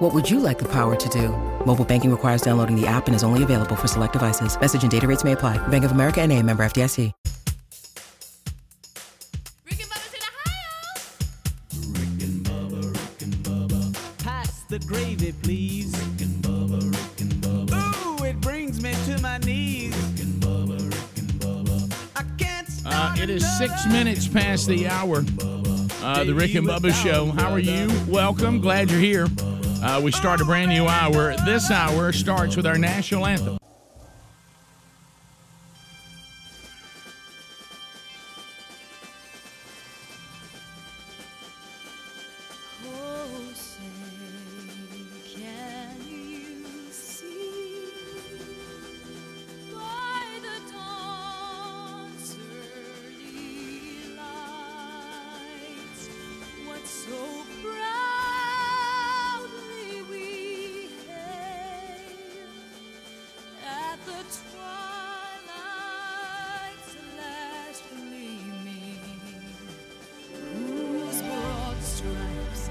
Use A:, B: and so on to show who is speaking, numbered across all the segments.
A: What would you like the power to do? Mobile banking requires downloading the app and is only available for select devices. Message and data rates may apply. Bank of America and a member FDIC.
B: Rick and Bubba's in Ohio.
C: Pass the gravy, please. Rick and Bubba, Rick and Bubba. Ooh, it brings me to my knees. Rick and Bubba, Rick and Bubba. I can't
D: Uh,
C: stop
D: it is
C: another.
D: six minutes past the hour. Uh, the Rick and Bubba Show. How are you? Welcome. Glad you're here. Uh, we start a brand new hour. This hour starts with our national anthem.
B: Oh, say, can you see by the dawn's early light what so proudly we hailed at the twilight's last gleaming? whose broad stripes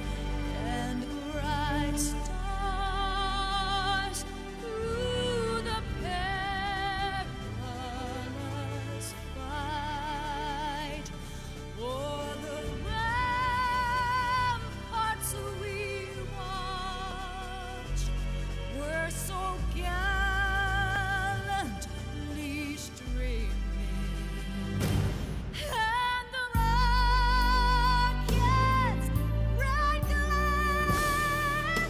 B: and bright stars through the perilous fight o'er the ramparts we watched were so gallantly streaming. And the rockets, bright glare,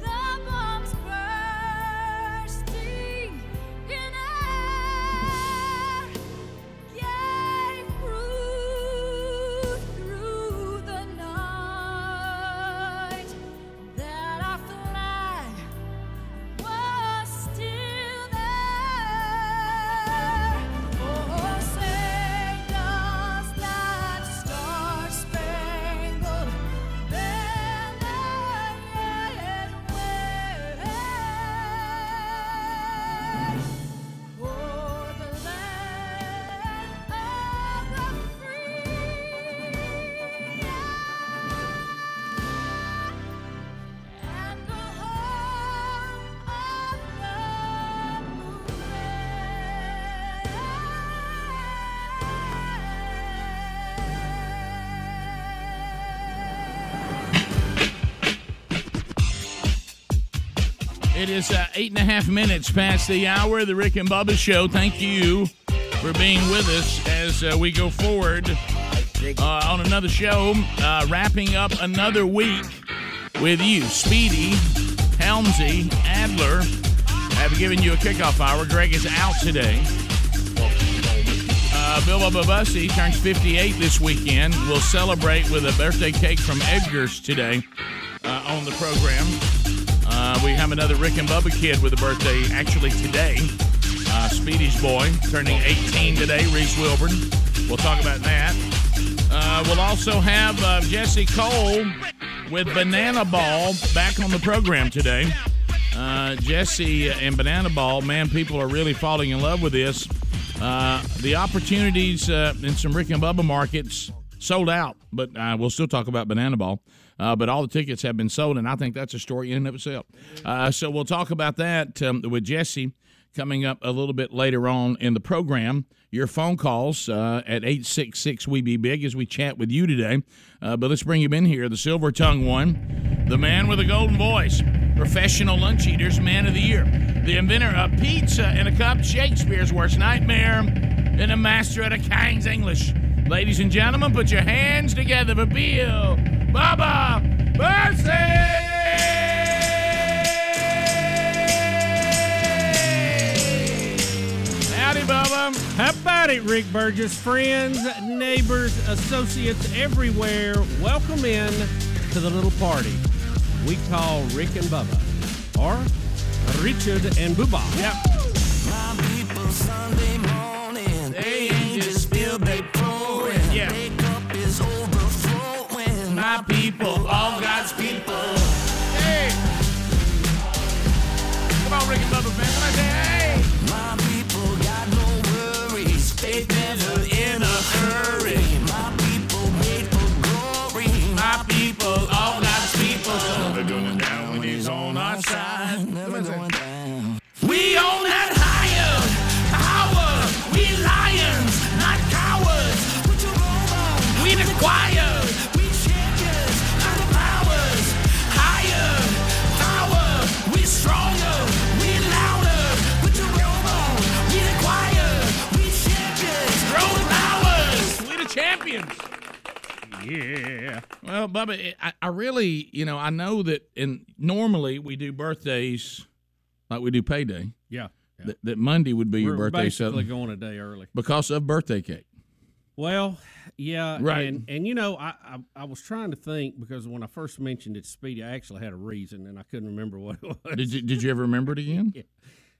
B: the bombs bursting in air, gave proof through the night that our flag was still there. Oh, say does that star-spangled banner yet wave? For the land of the free and the home of the brave.
D: It is uh, eight and a half minutes past the hour of the Rick and Bubba Show. Thank you for being with us as uh, we go forward uh, on another show, uh, wrapping up another week with you, Speedy, Helmsy, Adler. Have given you a kickoff hour. Greg is out today. Uh, Bill Bubba Bussy turns 58 this weekend. We'll celebrate with a birthday cake from Edgar's today uh, on the program. Uh, we have another Rick and Bubba kid with a birthday actually today. Uh, Speedy's boy turning 18 today, Reese Wilburn. We'll talk about that. Uh, we'll also have uh, Jesse Cole with Banana Ball back on the program today. Uh, Jesse and Banana Ball, man, people are really falling in love with this. Uh, the opportunities uh, in some Rick and Bubba markets sold out, but uh, we'll still talk about Banana Ball. Uh, but all the tickets have been sold, and I think that's a story in and of itself. Uh, so we'll talk about that um, with Jesse coming up a little bit later on in the program. Your phone calls uh, at 866 We Be Big as we chat with you today. Uh, but let's bring him in here the silver tongue one, the man with a golden voice, professional lunch eaters, man of the year, the inventor of pizza in a cup, Shakespeare's worst nightmare, and a master at a King's English. Ladies and gentlemen, put your hands together for Bill Baba Mercy! Howdy, Bubba.
E: How about it, Rick Burgess? Friends, neighbors, associates everywhere, welcome in to the little party we call Rick and Bubba, or Richard and Bubba.
D: Yep.
F: My people Sunday morning,
D: They ain't just
F: will be pouring.
D: Yeah.
F: Their cup is overflowing. My people, all God's people.
D: Hey! Come on, Rick and Bubba fans. Can I say, hey!
F: My people got no worries. They never in a hurry. My people made for glory. My people, all God's people. Never going down when he's on our side. Never going down. We own that higher power. We lions, not cowards. Put your robe on. We the choir. We champions, not the powers. Higher power. We stronger. We louder. Put your robe on. We the choir. We champions, not the powers.
D: We the champions. Yeah. Well, Bubba, I, I really, you know, I know that, and normally we do birthdays like we do payday.
E: Yeah. yeah.
D: That, that Monday would be your
E: We're
D: birthday,
E: basically
D: so
E: going a day early.
D: because of birthday cake.
E: Well, yeah,
D: Right.
E: And, and you know, I, I I was trying to think because when I first mentioned it, Speedy, I actually had a reason, and I couldn't remember what it was.
D: Did you Did you ever remember it again?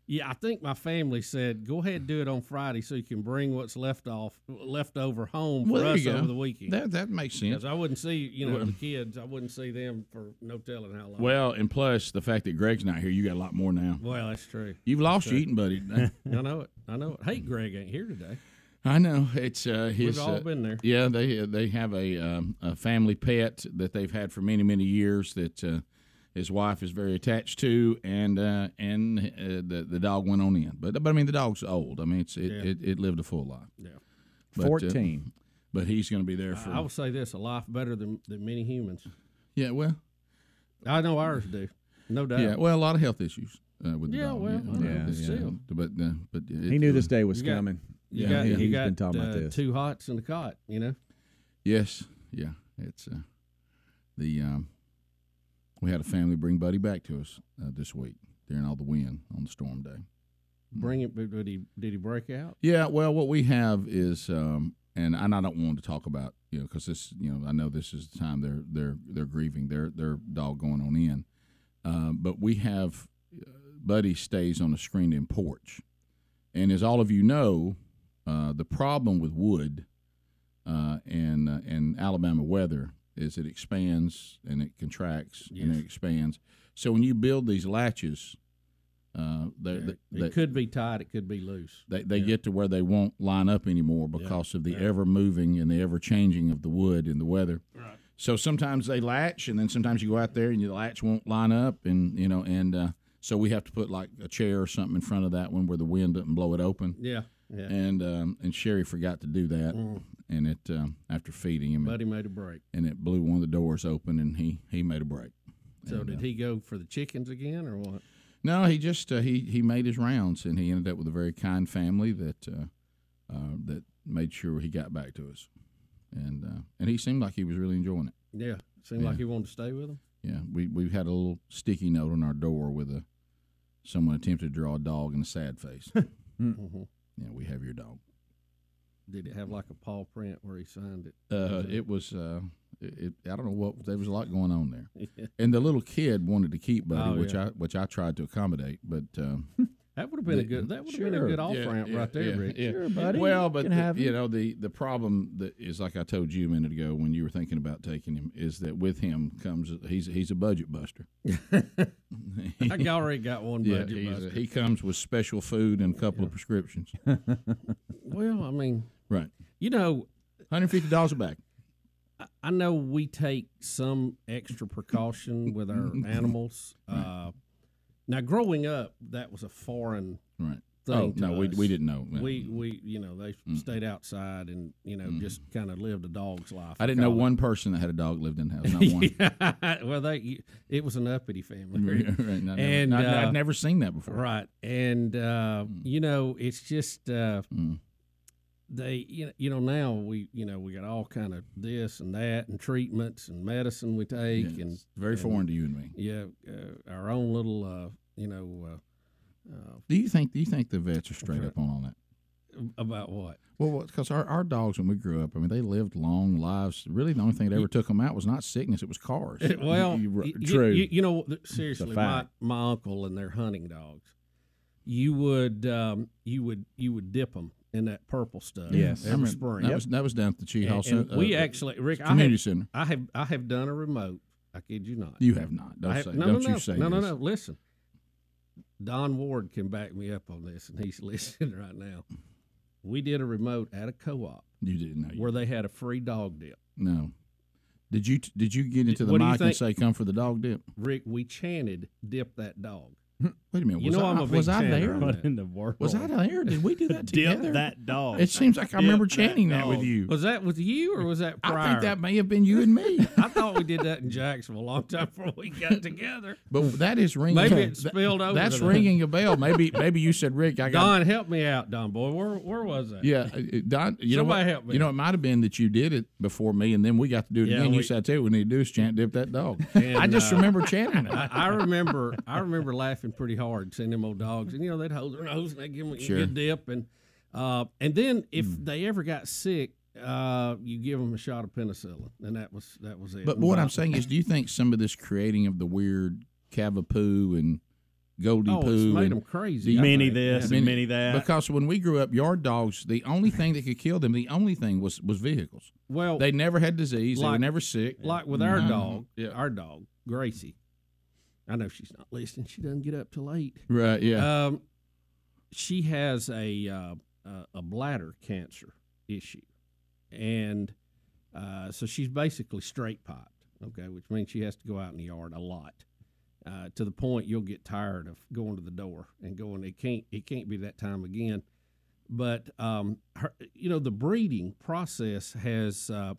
E: Yeah, I think my family said, "Go ahead, do it on Friday, so you can bring what's left off, left over home for
D: Well, there
E: us
D: you go.
E: over the weekend."
D: That That makes sense.
E: Because I wouldn't see, you know, the kids. I wouldn't see them for no telling how long.
D: Well, and plus the fact that Greg's not here, you got a lot more now.
E: well, that's true.
D: You've lost your eating buddy. today.
E: I know it. I know it. Hey, Greg ain't here today.
D: I know it's uh, his.
E: all
D: uh,
E: been there.
D: Yeah, they uh, they have a um, a family pet that they've had for many many years that uh, his wife is very attached to, and uh, and uh, the the dog went on in. But but I mean the dog's old. I mean it's it it, it lived a full life. Yeah, but, uh,
G: 14.
D: but he's going to be there for.
E: I will say this: a life better than than many humans.
D: yeah, well,
E: I know ours do, no doubt.
D: yeah, well, a lot of health issues uh, with the
E: Yeah,
D: dog.
E: well, I know,
G: but
E: still.
D: But uh, but it,
G: He knew this day was
E: You got-
G: coming.
E: You
D: Yeah,
E: got,
D: yeah,
E: you
G: he's
E: got
G: been talking
E: uh,
G: about this.
E: two hots and a cot. You know,
D: Yes, yeah, it's uh, the um, we had a family bring Buddy back to us uh, this week during all the wind on the storm day. Hmm.
E: bring it. But did he did he break out?
D: Yeah, well, what we have is, um, and and I don't want to talk about you know because this you know I know this is the time they're they're they're grieving their their dog going on in, um, but we have uh, Buddy stays on a screened-in porch, and as all of you know, uh, the problem with wood uh, and uh, and Alabama weather is it expands and it contracts and it expands. So when you build these latches, uh, they, they,
E: It
D: they-
E: could be tight. It could be loose.
D: they, they get to where they won't line up anymore because of the ever moving and the ever changing of the wood and the weather. Right. So sometimes they latch, and then sometimes you go out there and your latch won't line up, and you know, and uh, so we have to put like a chair or something in front of that one where the wind doesn't blow it open.
E: Yeah, yeah. Mm,
D: And um, and Sherry forgot to do that, and it um, after feeding him,
E: Buddy made a break.
D: and it blew one of the doors open, and he he made a break.
E: So
D: uh,
E: did he go for the chickens again or what?
D: No, he just uh, he he made his rounds, and he ended up with a very kind family that uh, uh, that made sure he got back to us, and uh, and he seemed like he was really enjoying it.
E: Yeah, seemed like he wanted to stay with them.
D: Yeah, we we had a little sticky note on our door with a someone attempted to draw a dog in a sad face.
E: Mm-hmm.
D: Yeah, we have your dog.
E: Did it have like a paw print where he signed it?
D: Uh, it was uh, it, it- I don't know what there was a lot going on there, and the little kid wanted to keep Buddy,
E: Oh,
D: which
E: yeah.
D: I which I tried to accommodate, but. Um,
E: That would have been a good. That would have been a
G: Sure.
E: good off
D: Yeah,
E: ramp
D: yeah,
E: right there,
D: yeah,
E: Rick.
D: yeah.
G: Sure, buddy,
D: Well,
G: you
D: but
G: can
D: the-
G: have
D: you
G: him.
D: know the the problem that is like I told you a minute ago when you were thinking about taking him is that with him comes he's he's a budget buster.
E: I g- already got one
D: Yeah,
E: budget.
D: he's-
E: buster.
D: he comes with special food and a couple of prescriptions.
E: well, I mean,
D: right,
E: you know,
D: hundred fifty dollars a bag.
E: I know we take some extra precaution with our animals. Uh, now, growing up, that was a foreign
D: Right.
E: thing.
D: oh
E: to
D: no, we
E: us.
D: we didn't Mm. know.
E: We we you know they stayed outside and you know just kind of lived a dog's life.
D: Mm. I didn't know one person that had a dog lived in the house. Not one. Mm-hmm.
E: well, they it was an uppity family.
D: right, not,
E: And,
D: never, not-
E: uh,
D: I've never seen that before.
E: Right, and uh, you know, it's just uh,
D: Mm.
E: they, you know, you know, now we, you know, we got all kind of this and that, and treatments and medicine we
D: Yeah,
E: take, and
D: it's very foreign to you and me.
E: yeah, uh, our own little, uh, you know,
D: Do you think? Do you think the vets are straight up on all that?
E: uh, about what?
D: Well, because our, our dogs, when we grew up, I mean, they lived long lives. Really, the only thing that ever took them out was not sickness; it was cars.
E: Eh, Well,
D: You- you-
E: y- y-
D: true.
E: You, you know, th- seriously, my,
G: fact.
E: my uncle and their hunting dogs, you would, um, you would, you would dip them and that purple stuff.
G: Yes.
E: every
D: remember-
E: spring.
D: That, was, that was down at the Cheat Hall.
E: And- and
D: Cen- uh,
E: we actually, Rick, I
D: Community
E: have,
D: Center.
E: I have I have done a remote. I kid you not.
D: You have not. Don't,
E: I have-
D: say,
E: no,
D: don't you
E: no, no.
D: say
E: no, no,
D: this.
E: no. Listen, Don Ward can back me up on this, and he's listening right now. We did a remote at a co-op
D: You didn't know. You,
E: where they had a free dog dip.
D: no. Did you did you get into the
E: What do you
D: mic and
E: think?
D: say, "Come for the dog dip"?
E: Rick, we chanted "dip that dog."
D: Wait a minute.
E: You
D: was
E: know
D: I,
E: I'm a big
D: was I
E: chanter
D: there?
E: on that.
G: What in the world?
D: Was I there? Did we do that
G: Dip
D: together?
G: that dog.
D: It seems like I remember
G: that
D: chanting that, with
G: dog.
D: you.
E: Was that with you or was that prior?
D: I think that may have been you and me.
E: I thought we did that in Jacksonville a long time before we got together.
D: But that is ringing.
E: Hmm. Maybe it
D: that-
E: spilled over
D: That's
E: to that.
D: ringing a bell. Maybe maybe you said, "Rick, I got."
E: Don, help me out, Don boy. Where where was that?
D: Yeah, uh, uh, Don. You know
E: Somebody
D: what?
E: help me.
D: You know it might have been that you did it before me, and then we got to do it
E: Yeah,
D: again. you
E: we-
D: said, "I tell you, what we need to do is chant dip that dog."
E: And,
D: I just
E: uh,
D: remember chanting
E: I,
D: it.
E: I remember I remember laughing pretty hard seeing them old dogs, and you know they'd hold their nose and they give them a
D: Sure. Hmm.
E: good dip, and uh, and then if they ever got sick, uh, you give them a shot of penicillin, and that was that was it.
D: But what I'm saying is, do you think some of this creating of the weird Cavapoo and Goldie
E: oh, it's
D: Poo
E: made
D: and
E: them crazy. I
G: Many
E: think.
G: this
D: Yeah.
G: and many that.
D: Because when we grew up, yard dogs, the only thing that could kill them, the only thing was was vehicles.
E: Well,
D: They never had disease. they were
E: Like-
D: never sick.
E: like with our
D: No.
E: dog,
D: Mm-hmm. Yeah.
E: our dog Gracie. I know she's not listening. She doesn't get up till late.
D: Right. Yeah.
E: Um, she has a uh, a- a bladder cancer issue, and uh, so she's basically straight piped. Okay, which means she has to go out in the yard a lot. Uh, to the point you'll get tired of going to the door and going. It can't. It can't be that time again. But um, her, you know the breeding process has uh,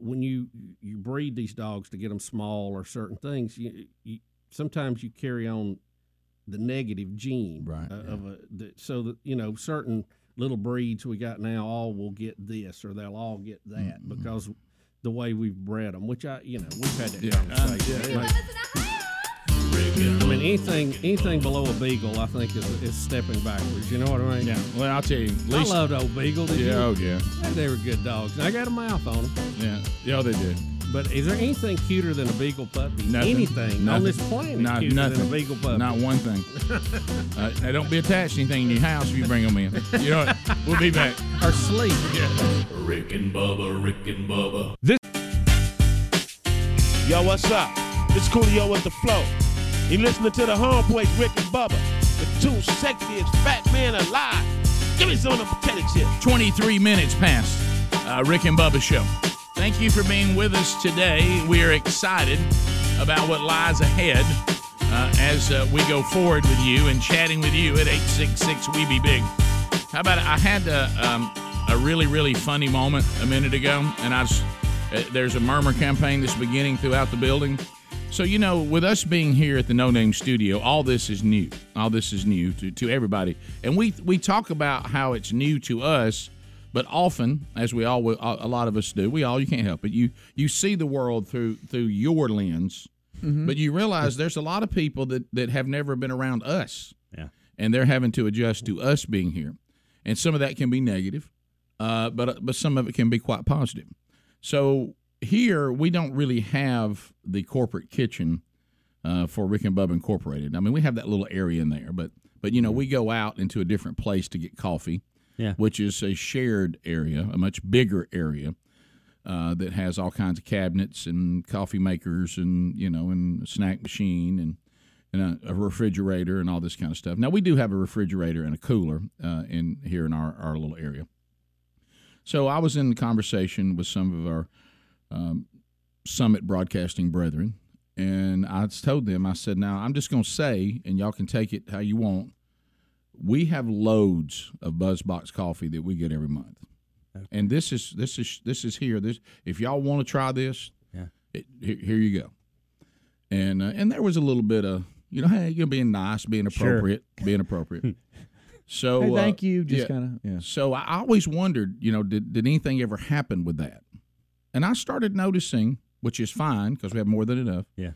E: when you you breed these dogs to get them small or certain things. You, you sometimes you carry on the negative gene
D: Right,
E: uh,
D: yeah.
E: of a the, so that you know certain little breeds we got now all will get this or they'll all get that
D: Mm-hmm.
E: because the way we've bred them which i you know we've had that
D: Yeah.
E: conversation Like, i mean anything anything below a beagle i think is, is stepping backwards you know what i mean
D: yeah. Well, I'll tell you. at
E: i
D: Least,
E: loved old beagle did
D: yeah.
E: you?
D: Oh, yeah.
E: Yeah, they were good dogs. And I got a mouth on them.
D: Yeah. Yeah. They do.
E: But is there anything cuter than a beagle puppy?
D: Nothing.
E: anything on
D: Nothing.
E: this planet
D: Not
E: cuter
D: nothing.
E: than a beagle puppy?
D: Not one thing. uh, now don't be attached to anything in your house if you bring them in. You know what? We'll be back.
E: Or sleep.
F: Rick and Bubba, Rick and Bubba.
H: Yo, what's up? It's Coolio with the flow. You listening to the homeboys Rick and Bubba, the two sexiest fat man alive. Give me some of the potato chips.
D: 23 minutes past uh, Rick and Bubba show. Thank you for being with us today. We are excited about what lies ahead uh, as uh, we go forward with you and chatting with you at 866 We Be Big. How about I had a, um, a really, really funny moment a minute ago, and I was, uh, there's a murmur campaign that's beginning throughout the building. So, you know, with us being here at the No Name Studio, all this is new. All this is new to, to everybody. And we, we talk about how it's new to us, but often, as we all, a lot of us do, we all, you can't help it. You, you see the world through, through your lens, but you realize there's a lot of people that, that have never been around us.
G: Yeah.
D: And they're having to adjust to us being here. And some of that can be negative, uh, but, but some of it can be quite positive. So here we don't really have the corporate kitchen uh, for Rick and Bub Incorporated. I mean, we have that little area in there, but but you know we go out into a different place to get coffee,
G: Yeah.
D: which is a shared area, a much bigger area. Uh, that has all kinds of cabinets and coffee makers and you know and a snack machine and and a, a refrigerator and all this kind of stuff. Now we do have a refrigerator and a cooler uh, in here in our, our little area. So I was in conversation with some of our um, Summit Broadcasting brethren, and I told them, I said, now I'm just going to say, and y'all can take it how you want. We have loads of BuzzBox coffee that we get every month, and this is this is this is here. This if y'all want to try this,
G: Yeah.
D: it, here, here you go. And uh, and there was a little bit of you know, hey, you're being nice, being
G: Sure.
D: appropriate, being appropriate. So
G: Hey,
D: uh,
G: thank you. Just
D: yeah.
G: kind of. Yeah.
D: So I I always wondered, you know, did, did anything ever happen with that? And I started noticing, which is fine because we have more than enough.
G: Yeah.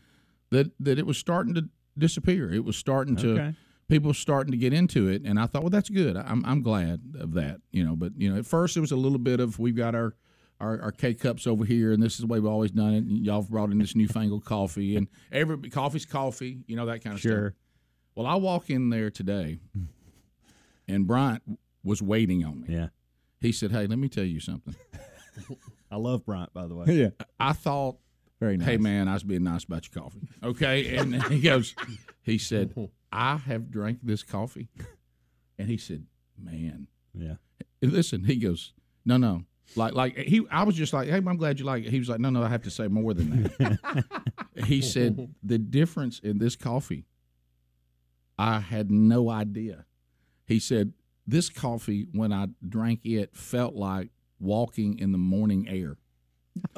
D: That that it was starting to disappear. It was starting to
G: Okay.
D: people starting to get into it, and I thought, well, that's good. I'm I'm glad of that, you know. But you know, at first it was a little bit of we've got our our, our K cups over here, and this is the way we've always done it. And y'all have brought in this newfangled coffee, and every coffee's coffee, you know that kind of stuff.
G: Sure.
D: Well, I walk in there today, and Bryant was waiting on me.
G: Yeah.
D: He said, "Hey, let me tell you something.
G: I love Bryant, by the way.
D: yeah, I thought
G: Very nice.
D: Hey man, I was being nice about your coffee. Okay. And he goes, he said, I have drank this coffee. And he said, Man.
G: Yeah.
D: And listen, he goes, No, no. Like like he I was just like, Hey, I'm glad you like it. He was like, No, no, I have to say more than that. he said, The difference in this coffee, I had no idea. He said, This coffee, when I drank it, felt like walking in the morning air.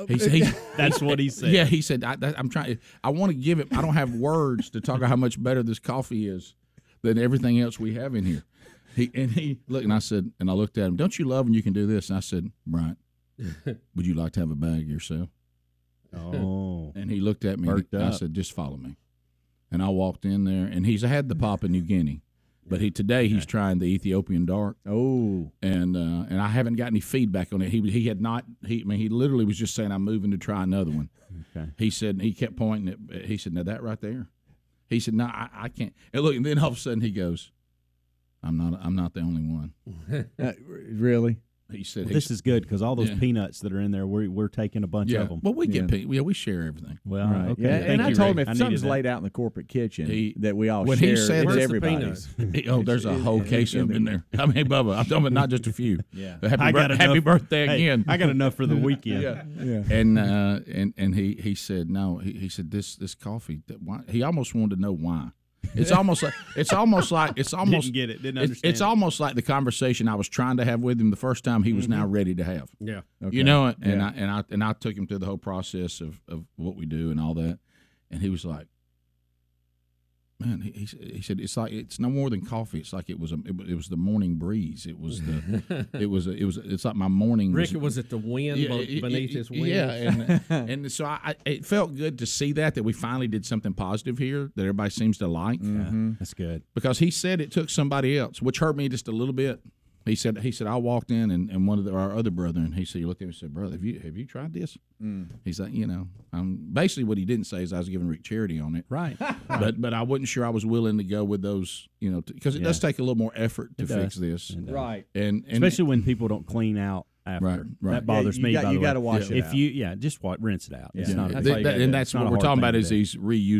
D: He said, he,
G: That's what he said.
D: yeah, he said, I, that, I'm trying. I want to give it. I don't have words to talk about how much better this coffee is than everything else we have in here. He and he looked, and I said, and I looked at him. Don't you love when you can do this? And I said, Bryant, would you like to have a bag yourself?
G: Oh.
D: And he looked at me. and
G: Perked
D: I
G: up.
D: said, just follow me. And I walked in there, and he's had the Papua New Guinea, but he today he's trying the Ethiopian dark
G: Oh.
D: and uh, and I haven't got any feedback on it. He he had not. He I mean he literally was just saying I'm moving to try another one.
G: Okay.
D: He said he kept pointing at. He said now that right there. He said no I, I can't. And look and then all of a sudden he goes, I'm not I'm not the only one.
G: Uh, really?
D: He said
G: Well,
D: he
G: this
D: said-
G: is good because all those
D: Yeah.
G: peanuts that are in there, we're, we're taking a bunch
D: yeah.
G: of them.
D: Well we
G: yeah.
D: get pe- yeah we share everything.
G: Well,
D: Right.
G: okay.
D: Yeah,
I: Yeah,
D: thank
I: and I
D: you,
I: told
D: Rick.
I: him if
G: I needed
I: something's
G: that.
I: laid out in the corporate kitchen
D: He-
I: that we all
D: when
I: share,
D: he said
I: it's
D: that-
I: everybody's.
D: He- oh there's a whole case of them in there. I mean Bubba I'm talking about not just a few.
G: Yeah.
D: Happy,
G: I
D: bir-
G: got
D: happy
G: enough-
D: birthday
G: Hey,
D: again.
G: I got enough for the weekend.
D: yeah.
I: Yeah.
D: and uh, and and he he said no. He, he said this this coffee. That why? He almost wanted to know why. It's almost like it's almost like it's almost
G: Didn't get it. Didn't
D: it's-
G: understand.
D: It's, almost like the conversation I was trying to have with him the first time. He was
G: Mm-hmm.
D: now ready to have.
E: Yeah.
D: You know, and I and I and I took him through the whole process of of what we do and all that, and he was like. Man, he, he, s- he said it's like it's no more than coffee. It's like it was a, it, wa- it was the morning breeze. It was the it was a, it was it's like my morning. was-
E: Rick, was it the wind be-
D: it-
E: beneath
D: it-
E: his wings?
D: Yeah, and, and so I, I, it felt good to see that that we finally did something positive here that everybody seems to like
E: Mm-hmm.
D: Mm-hmm.
G: That's good.
D: because he said it took somebody else, which hurt me just a little bit. He said he said I walked in and, and one of the, our other brethren he said he looked at me and said brother have you have you tried this?
G: Mm.
D: He's like you know um, basically what he didn't say is I was giving Rick charity on it.
G: Right.
D: But but I wasn't sure I was willing to go with those you know because it does take a little more effort to fix
G: does.
D: this
G: And, uh,
I: Right.
D: and, and
G: Especially when people don't clean out after.
D: Right, right.
G: That bothers
I: you
G: me.
I: got-
G: by
I: you
G: the
I: gotta
G: way.
I: wash it
G: If
I: out.
G: you, yeah, just wa- rinse it out. It's
I: Yeah.
G: not. a
I: That's
D: Th-
I: all you
D: that-
I: gotta
D: and
I: do.
D: that's
G: It's not
D: what
G: a
D: we're
G: hard
D: talking
G: thing
D: about
G: to
D: is
G: do.
D: these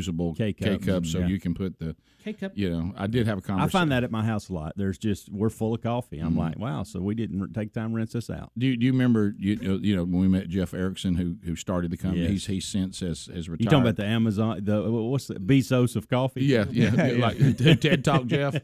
D: reusable K
G: K-cups,
D: cups, so
G: yeah.
D: you can put the
E: K-cup.
D: you know. I did have a
G: I
D: conversation.
G: find that at my house a lot. There's just we're full of coffee.
D: Mm-hmm.
G: I'm like, wow. So we didn't r- take time to rinse this out.
D: Do you, do you remember you know, you know when we met Jeff Erickson who who started the company?
G: Yes.
D: He's he since has has retired.
G: You talking about the Amazon? The what's the Bezos of coffee?
D: Yeah, yeah, like TED Talk Jeff.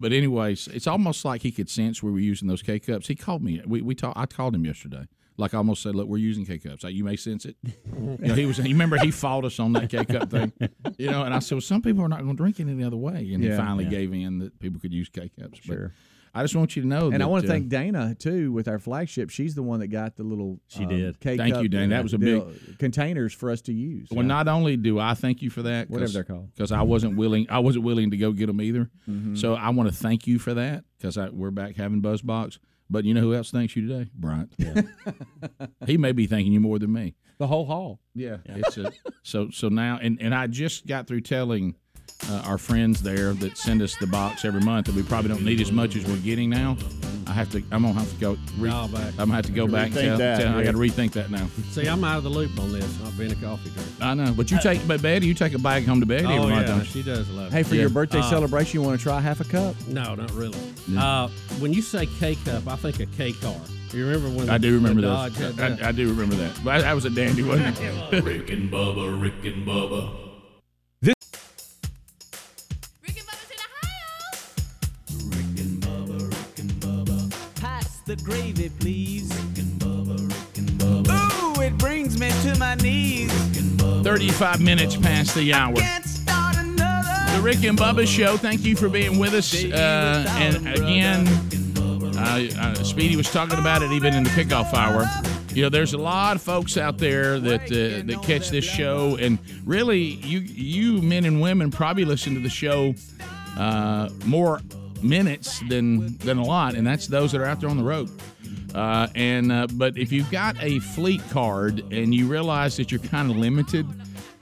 D: But anyways, it's almost like he could sense we were using those K cups. He called me. We we talk, I called him yesterday. Like I almost said, look, we're using K cups. Like, you may sense it. you know, he was. You remember he fought us on that K cup thing. You know, and I said, well, some people are not going to drink it any other way. And he
I: Yeah.
D: finally gave in that people could use K cups.
G: Sure.
D: I just want you to know.
I: And
D: that,
I: I want
D: uh,
I: to thank Dana too with our flagship. She's the one that got the little um,
G: She did.
I: K
D: Thank you,
I: cup,
D: Dana.
I: uh,
D: That was a
I: the containers for us to use.
D: Well, not only do I thank you for that,
I: Whatever they're called. Mm-hmm.
D: because I wasn't willing, I wasn't willing to go get them either. So I want to thank you for that because we're back having Buzzbox. But you know who else thanks you today, Bryant? he may be thanking you more than me.
E: The whole hall.
D: Yeah, it's a, so so now, and and I just got through telling uh, our friends there that send us the box every month that we probably don't need as much as we're getting now. I have to, I'm gonna have to go. Re-
E: Dial back.
D: I'm gonna have to go back. And
I: Rethink
D: tell,
I: that,
D: tell- I
I: yeah.
D: got to rethink that now.
E: See, I'm out of the loop on this. Not being a coffee drinker.
D: I know, but you take, but Betty, you take a bag home to Betty every
E: Oh
D: month,
E: yeah,
D: don't you?
E: she does love.
I: hey,
E: it.
I: for
D: Yeah.
I: your birthday celebration, you want to try half a cup?
E: No, not really. Uh, when you say K cup, I think of K car. You remember when
D: I do remember
E: the
D: those.
E: Dodge had that?
D: I, I do remember that. But that was a dandy, wasn't it?
F: Rick and Bubba, Rick and Bubba.
B: Rick and Bubba's in Ohio.
C: Pass the gravy, please. Ooh, it brings me to my knees.
D: 35 minutes past the hour.
C: Can't start another.
D: The Rick and Bubba Show. Thank you for being with us. Uh, and again, uh, uh, Speedy was talking about it even in the kickoff hour. You know, there's a lot of folks out there that uh, that catch this show, and really, you you men and women probably listen to the show uh, more minutes than than a lot, and that's those that are out there on the road. Uh, and uh, but if you've got a fleet card and you realize that you're kind of limited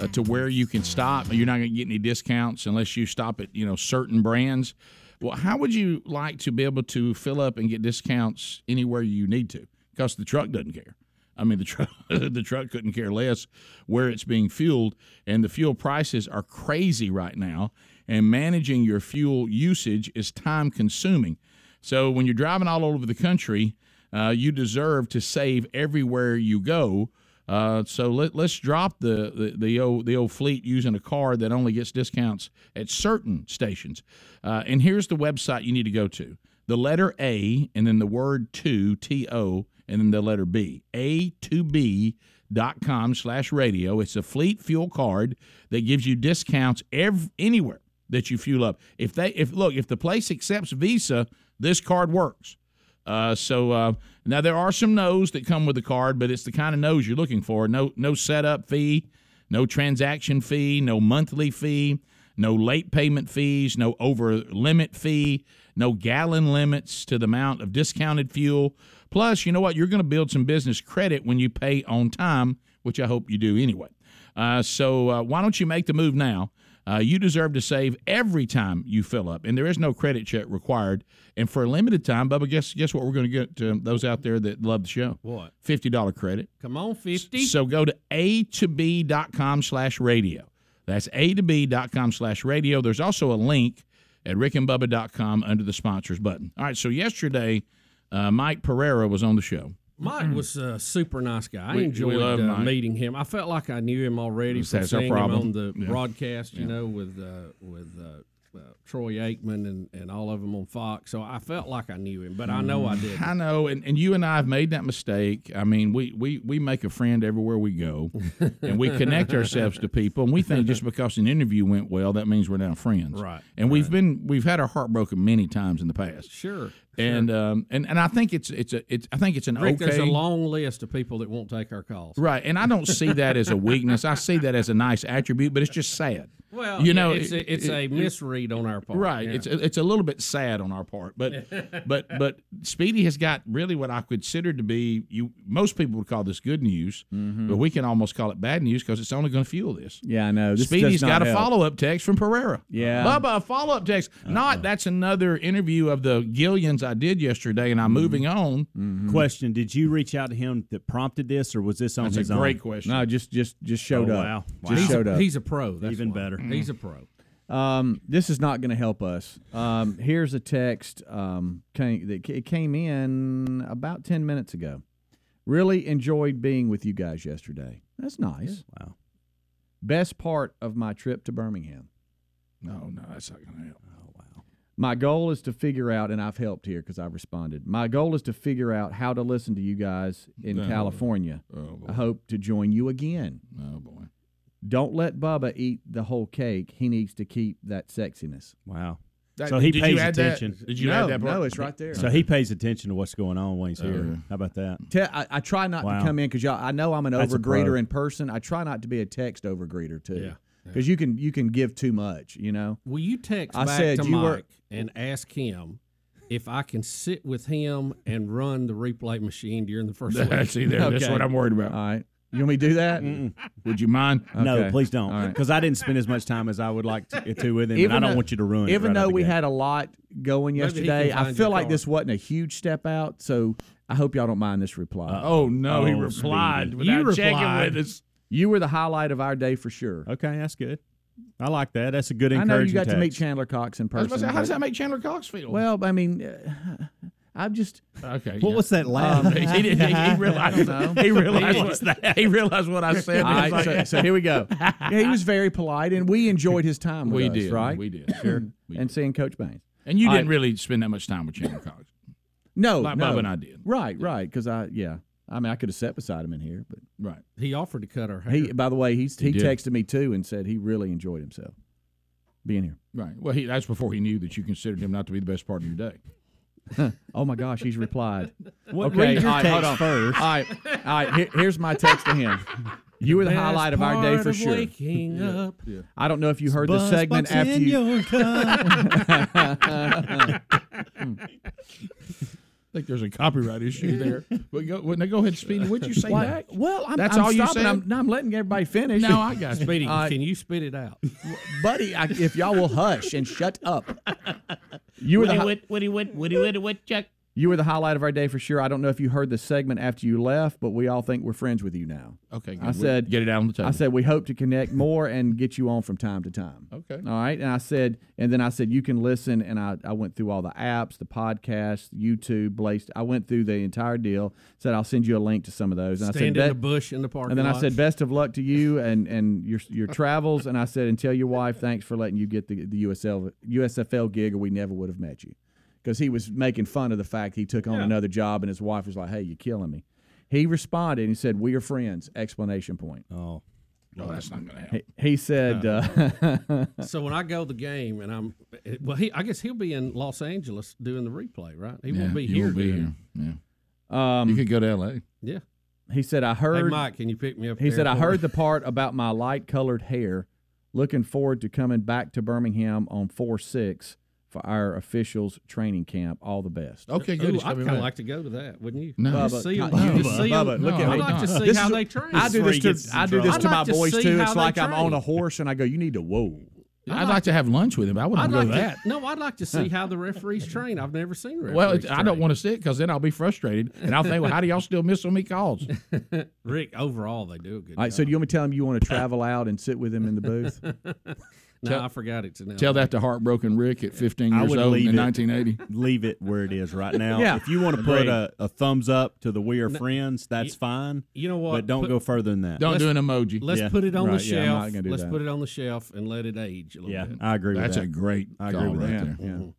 D: uh, to where you can stop, you're not going to get any discounts unless you stop at you know certain brands. Well, how would you like to be able to fill up and get discounts anywhere you need to? Because the truck doesn't care. I mean, the truck the truck couldn't care less where it's being fueled, and the fuel prices are crazy right now. And managing your fuel usage is time consuming. So when you're driving all over the country, uh, you deserve to save everywhere you go. Uh, so let, let's drop the, the, the old the old fleet using a card that only gets discounts at certain stations. Uh, and here's the website you need to go to: the letter A and then the word two T O and then the letter B A to B dot com slash radio. It's a fleet fuel card that gives you discounts ev- anywhere that you fuel up. If they if look if the place accepts Visa, this card works. Uh, so uh, now there are some no's that come with the card, but it's the kind of no's you're looking for. No, no setup fee, no transaction fee, no monthly fee, no late payment fees, no over limit fee, no gallon limits to the amount of discounted fuel. Plus, you know what? You're going to build some business credit when you pay on time, which I hope you do anyway. Uh, so uh, why don't you make the move now? Uh, you deserve to save every time you fill up, and there is no credit check required. And for a limited time, Bubba, guess guess what? We're going to get to those out there that love the show.
E: What?
D: Fifty dollar credit.
E: Come on, 50.
D: So go to a to b dot com slash radio. That's a to b dot com slash radio. There's also a link at rickandbubba.com under the sponsors button. All right. So yesterday, uh, Mike Pereira was on the show.
E: Mike was a super nice guy. I
D: We- we
E: enjoyed
D: love
E: uh,
D: Mike.
E: meeting him. I felt like I knew him already
D: That's-
E: from
D: that's our
E: seeing him
D: problem.
E: on the
D: Yeah.
E: broadcast, you know, with uh, with uh, uh, Troy Aikman and, and all of them on Fox. So I felt like I knew him, but I know I didn't.
D: I know, and, and you and I have made that mistake. I mean, we, we, we make a friend everywhere we go, and we connect ourselves to people, and we think just because an interview went well, that means we're now friends.
E: Right,
D: And we've been we've had our heart broken many times in the past.
E: Sure.
D: And um and, and I think it's it's a it's I think it's an
E: Rick,
D: okay
E: there's a long list of people that won't take our calls.
D: right. And I don't see that as a weakness. I see that as a nice attribute, but it's just sad.
E: Well,
D: You know,
E: it's,
D: it-
E: a, it's
D: it-
E: a misread on our part.
D: Right.
E: Yeah.
D: It's it's a little bit sad on our part, but but but Speedy has got really what I consider to be you. Most people would call this good news,
G: Mm-hmm.
D: but we can almost call it bad news because it's only going to fuel this.
G: Yeah, I know. This
D: Speedy's
G: does not
D: got a
G: help.
D: follow up text from Pereira.
G: Yeah. Uh-uh.
D: Bubba, a follow up text. Not that's another interview of the Gillians I did yesterday, and I'm
G: Mm-hmm.
D: moving on.
G: Question: Did you reach out to him that prompted this, or was this on
D: That's
G: his
D: a
G: own?
D: great question.
I: No, just just just showed
G: Oh,
I: up.
G: wow.
I: Just
G: Wow.
I: showed up.
E: He's a pro. That's
G: Even
E: why.
G: better.
I: Mm-hmm.
E: He's a pro.
I: Um, this is not going to help us. Um, here's a text um, came, that it came in about 10 minutes ago. Really enjoyed being with you guys yesterday. That's nice.
G: Wow.
I: Best part of my trip to Birmingham.
D: No, no, that's not going to help.
I: My goal is to figure out, and I've helped here because I've responded. My goal is to figure out how to listen to you guys in
D: Uh-huh.
I: California.
D: Oh boy,
I: I hope to join you again.
D: oh boy.
I: Don't let Bubba eat the whole cake. He needs to keep that sexiness.
G: Wow.
D: That-
G: So he
D: did you
G: pays
D: add that?
G: attention.
D: Did you
I: no,
D: add that? part?
I: no, it's right there.
G: So he pays attention to what's going on when he's here.
D: yeah.
G: How about that?
I: Te- I, I try not
G: Wow.
I: to come in because y'all. I know I'm an
G: That's a pro.
I: overgreeter in person. I try not to be a text overgreeter
E: Yeah,
I: too, because you can you can give too much. You know.
E: Will you text
I: I
E: back
I: said
E: to
I: you
E: Mike
I: were-
E: and ask him if I can sit with him and run the replay machine during the first week?
D: See there, that's
I: Okay.
D: what I'm worried
I: All
D: about.
I: right. You want me to do that?
D: Would you mind?
G: No,
I: Okay.
G: please
I: All
G: don't,
I: right.
G: because I didn't spend as much time as I would like to, to with him, and I
I: Even
G: don't
I: though-
G: want you to ruin it.
I: Even
G: right out
I: though
G: the
I: we
G: gate.
I: had a lot going
E: Maybe he can
I: yesterday, I
E: find
I: feel
E: your
I: like
E: car.
I: this wasn't a huge step out. So I hope y'all don't mind this reply.
D: Oh no, he
G: Oh,
D: replied
G: Speedy.
D: without
G: You
D: checking
G: replied.
D: with us.
I: You were the highlight of our day for sure.
G: okay, that's good. I like that. That's a good
I: I
G: encouragement.
I: know you got to meet Chandler Cox in
D: I was about
I: person.
D: to say, how
I: but-
D: does that make Chandler Cox feel?
I: well, I mean, uh, I'm just.
D: okay. yeah.
G: What
D: Um,
G: was that laugh?
D: he, didn't, he, he realized.
I: I don't
D: he realized what he realized what I said.
I: All right, so, so here we go. Yeah, he was very polite, and we enjoyed his time. With
D: we
I: us,
D: did,
I: right?
D: We did, sure. We
I: and
D: did.
I: seeing Coach Baines.
D: and you
I: I-
D: didn't really spend that much time with Chandler Cox.
I: No,
D: Like
I: no.
D: Bob and I did.
I: Right, right. Because I, yeah, I mean, I could have sat beside him in here, but
D: Right.
E: He offered to cut our hair.
I: he. By the way, he's, he
D: did.
I: texted me too and said he really enjoyed himself being here.
D: Right. Well, he, that's before he knew that you considered him not to be the best part of your day.
I: Oh my gosh, he's replied.
G: What,
I: okay,
G: read your
I: all right, hold
G: text
I: on.
G: first.
I: All right, all right. Here, here's my text to him. You were the highlight of our day for sure.
E: Waking up.
I: I don't know if you heard the segment after you.
D: I think there's a copyright issue there. But go, well, now go ahead, Speedy. What'd you say
I: Why-
D: back?
I: well, I'm,
D: That's
I: I'm
D: all you
I: stopping.
D: said?
I: I'm, no, I'm letting everybody finish.
D: No, I got it.
E: Speedy,
I: All right.
E: can you spit it out?
I: buddy, I, if y'all will hush and shut up. You were the
J: Woody,
I: hi-
J: Wood, Woody, Wood, Woody, Woody, Woodchuck.
I: You were the highlight of our day for sure. I don't know if you heard the segment after you left, but we all think we're friends with you now.
D: Okay,
I: I said
D: get it out on the table.
I: I said we hope to connect more and get you on from time to time.
D: Okay.
I: All right. And I said, and then I said you can listen, and I, I went through all the apps, the podcasts, YouTube, Blaze. I went through the entire deal. Said I'll send you a link to some of those. And I said,
E: Stand in
I: "Bet-
E: the bush in the park.
I: and then I said, "Best of luck to you and and your your travels." And I said, "And tell your wife thanks for letting you get the the USL USFL gig, or we never would have met you." Because he was making fun of the fact he took on another job, and his wife was like, "Hey, you're killing me." He responded and he said, "We are friends!" Exclamation point.
G: Oh,
D: no, that's not going to happen.
I: He, he said, uh,
E: So when I go to the game and I'm well, he I guess he'll be in Los Angeles doing the replay, right? He won't be
D: you
E: here.
D: won't be
E: doing
D: here. Yeah. You
I: um,
D: could go to L.A.
E: it.
I: "He said I
E: Yeah. Hey,
I: heard."
E: Mike, can you pick me up?
I: He
E: there
I: said, I
E: for
I: heard
E: me?"
I: the part about my light colored hair. Looking forward to coming back to Birmingham on 4 6 for our officials training camp. All the best.
D: Okay,
E: Ooh,
D: good. It's
E: I'd
D: coming
E: kind of
D: back.
E: like to go to that, wouldn't you?
D: No.
E: Just
I: Bubba,
E: see 'em-
D: Bubba,
E: you just see 'em-
I: Bubba, look
D: at
E: I'd
D: me.
E: like to
D: No.
E: see
I: This
E: how
I: is-
E: they train.
I: I do this
J: he
I: to
J: gets
I: I do this
E: drunk.
I: to
E: I'd
I: my
E: like to
I: boys
E: see
I: too.
E: how
I: It's
E: they
I: like I'm
E: train.
I: on a horse and I go, you need to whoa.
D: I'd like, to have lunch with him. I wouldn't
E: I'd
D: go
E: like
D: to that.
E: To, no, I'd like to see how the referees train. I've never seen referees.
D: Well, it, I don't
E: train.
D: want to see it because then I'll be frustrated and I'll think, well, how do y'all still miss on me calls?
E: Rick. Overall, they do a good.
I: All right, so
E: job.
I: do you want me to tell him you want to travel out and sit with him in the booth?
E: no,
D: tell-
E: I forgot it to now.
D: Tell that to heartbroken Rick at 15
G: I
D: years
G: would
D: old
G: leave
D: in
G: it.
D: 1980.
G: Um, Leave it where it is right now.
I: Yeah.
G: If you want to put
D: Agreed.
G: a, a thumbs up to the We Are Friends, that's fine.
E: You know what?
G: But don't
E: Put-
G: go further than that.
D: Don't
E: Let's-
D: do an emoji.
E: Let's
G: Yeah,
E: put it on the
G: right, yeah,
E: shelf.
I: I'm not gonna do
E: Let's
I: that.
E: put it on the shelf and let it age a little
G: Yeah,
E: bit.
G: I agree
D: That's
G: with
D: a
G: that.
D: great
G: I agree
D: call
G: with
D: right
G: that.
D: there.
G: Yeah.
E: Mhm.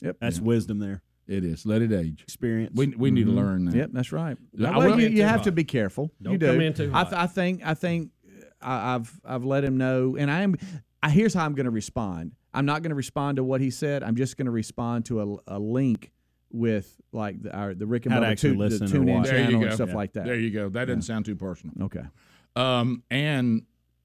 I: Yep.
G: That's wisdom there.
D: It is. Let it age.
G: Experience.
D: We, we need to
I: Mhm.
D: learn that.
I: Yep, that's right.
D: I
I: well,
D: will-
I: you, you have to be careful. you
E: Don't
I: do.
E: come in too
I: I,
E: hot.
I: th- I think. I think. uh, I, I've I've let him know, and I am. I, here's how I'm going to respond. I'm not going to respond to what he said. I'm just going to respond to a, a link with like the, our, the Rick and
G: How to
I: Bubba
G: actually
I: tu- the
G: listen or
I: tune in
G: watch.
D: There you
I: channel
D: go.
I: and stuff
D: Yeah.
I: like that.
D: There you go. That doesn't sound too personal.
I: Okay.
D: Um, and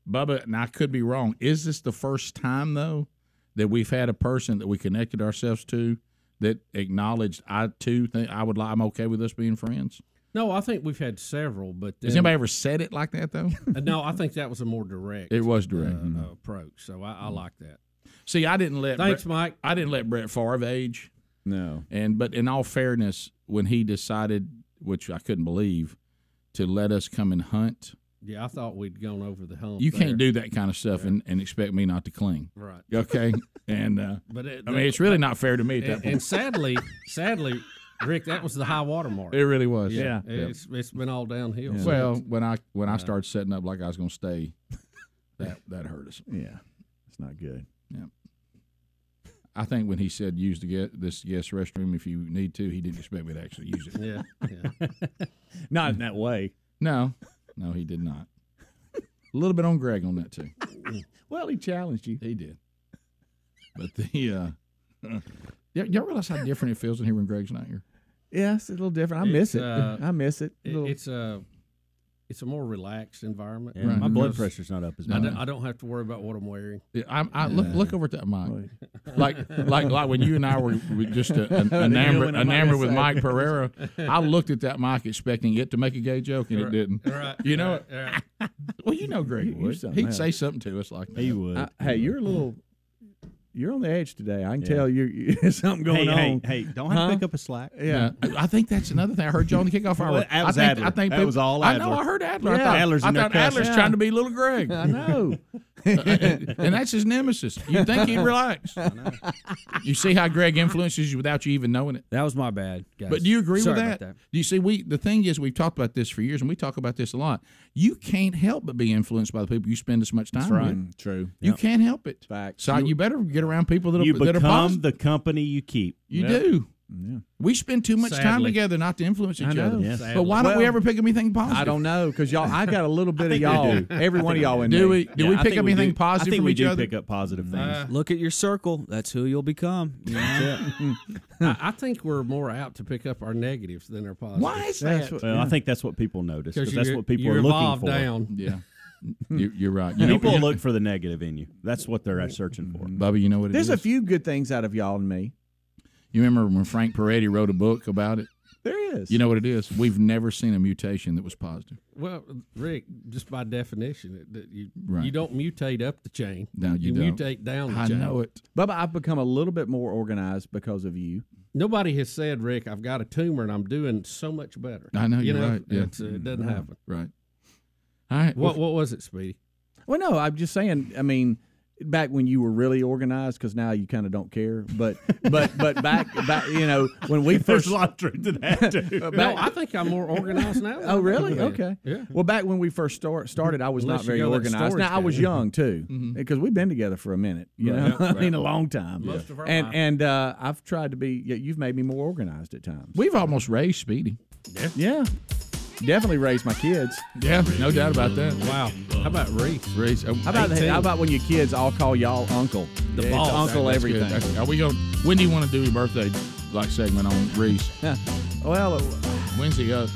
D: Bubba, and I could be wrong. Is this the first time though that we've had a person that we connected ourselves to that acknowledged I too think I would like I'm okay with us being friends?
E: No, I think we've had several, but
D: Has
E: then-
D: anybody ever said it like that though?
E: Uh, no, I think that was a more direct.
D: it was mm-hmm. direct.
E: uh, approach. So I, I like that.
D: See, I didn't let
E: Thanks,
D: Brett,
E: Mike.
D: I didn't let Brett Favre age,
I: No.
D: and but in all fairness, when he decided, which I couldn't believe, to let us come and hunt,
E: Yeah, I thought we'd gone over the hump.
D: you can't
E: there.
D: do that kind of stuff and, and expect me not to cling.
E: right.
D: Okay, and uh,
E: But it,
D: I mean it's really not fair to me at that
E: and,
D: point.
E: and sadly, sadly, Rick, that was the high water mark.
D: It really was.
E: it's it's been all downhill. since.
D: Well, when I when I started setting up like I was going to stay, that that hurt us.
I: Yeah. It's not good.
D: I think when he said use the get this guest restroom if you need to, he didn't expect me to actually use it.
E: yeah, yeah.
I: Mm.
G: Not in that way.
D: No, no, he did not. A little bit on Greg on that too.
I: Well, he challenged you.
D: He did. But the uh, y- y'all realize how different it feels in here when Greg's not here.
I: Yeah, it's a little different. I
E: It's,
I: miss it.
E: uh,
I: I miss it.
E: It-
I: Little-
E: it's a it's a more relaxed environment.
G: Yeah, My
D: Right.
G: blood
E: Because
G: pressure's not up as
D: No,
E: I
G: much.
E: don't, I don't have to worry about what I'm wearing.
D: Yeah, I, I look look over at that mic, like like like when you and I were we just uh, en- enamored
I: when I'm on
D: enamored
I: this
D: with
I: side.
D: Mike Pereira. I looked at that mic expecting it to make a gay joke, and it
E: Right.
D: didn't.
E: Right.
D: You know
E: right, right.
D: Well, you know Greg
I: You- you
D: would.
I: sound
D: He'd
I: mad.
D: say something to us like that.
G: He would.
I: I- uh, hey, you're a little. You're on the edge today. I can
G: Mm. Yeah.
I: tell you, something
G: Hey,
I: going on.
G: hey, hey, don't have
I: Huh?
G: to pick up a slack.
I: Yeah.
D: Yeah. I think that's another thing. I heard you on the kickoff hour.
G: Well, that was
D: I think,
G: Adler.
D: I think
G: That
D: people-
G: was all
D: I know.
G: Adler.
D: I heard Adler. I
I: Yeah.
D: thought,
G: Adler's
D: I
G: in there
D: thought Adler's
G: cussing.
D: trying to be little Greg,
I: I know.
D: and that's his nemesis. You think he'd relax? you see how Greg influences you without you even knowing it.
J: That was my bad, guys.
D: But do you agree
J: Sorry
D: with
J: about
D: that? Do you see? We the thing is, we've talked about this for years, and we talk about this a lot. You can't help but be influenced by the people you spend as much time with.
G: True.
D: You can't help it.
I: Fact.
D: So you, better get around people that
G: You
D: are, that are positive.
G: become the company you keep.
D: You do.
I: Yeah.
D: We spend too much time
E: Sadly.
D: together not to influence each
I: I know.
D: other.
G: Yes.
D: But why don't we
I: Well,
D: ever pick up anything positive?
I: I don't know because y'all. I got a little bit of
G: think we
I: y'all.
G: do.
I: Every one of y'all in
D: Do
I: me.
D: we? Do
G: Yeah,
D: we
G: I
D: pick
G: think
D: up anything
G: do- I
D: positive
G: think
D: from
G: we
D: each
G: do
D: other?
G: pick up positive things.
J: Look at your circle. That's who you'll become. You know?
E: I, I think we're more apt to pick up our negatives than our positives.
D: Why is
I: That's
D: that?
I: what-
G: Well, I think that's what people notice because that's
E: you're-
G: what people
E: you're
G: are looking
E: evolved
G: for.
E: down.
D: yeah, you, you're right. You know,
G: People
D: you-
G: look for the negative in you. That's what they're searching for.
D: Bubba, you know what it is.
I: There's a few good things out of y'all and me.
D: You remember when Frank Peretti wrote a book about it?
I: There is.
D: You know what it is? We've never seen a mutation that was positive.
E: Well, Rick, just by definition, it- that you you
D: Right.
E: don't mutate up the chain.
D: No, you don't.
E: mutate down. The chain.
I: Bubba, I've become a little bit more organized because of you.
E: Nobody has said, Rick, I've got a tumor and I'm doing so much better.
D: I know
E: You
D: you're right. Yeah.
E: it's, uh, it doesn't
I: Right.
E: happen.
D: Right. All right.
E: What What was it, Speedy?
I: Well, no, I'm just saying. I mean, back when you were really organized, because now you kind of don't care. But but but back back, you know, when we
E: There's
I: first
E: a lot of truth to that, too.
I: Back-
E: No, I think I'm more organized now than
I: oh,
E: I've
I: really?
E: ever been.
I: Okay.
E: Yeah.
I: Well, back when we first start, started, I was
E: Unless
I: not
E: you
I: very
E: go that
I: organized.
E: storage
I: Now I was
E: cabinet.
I: young too,
E: Mhm.
I: because we've been together for a minute. You
E: Right.
I: know,
E: Yeah,
I: I mean, a
E: right.
I: long time.
E: Most of our
I: and
E: life.
I: and uh, I've tried to be. Yeah, you've made me more organized at times.
D: We've almost raised Speedy.
E: Yeah.
I: Yeah. Definitely raised my kids.
D: Yeah, no doubt about that. oh,
E: Wow. How about Reese?
D: Reese.
I: How about that? How about when your kids all call y'all uncle?
D: The
I: It's
D: boss.
I: uncle
D: That's good.
I: everything.
D: That's- Are we going? When do you want to do your birthday like segment on Reese? uh,
I: well, uh,
D: when's he up?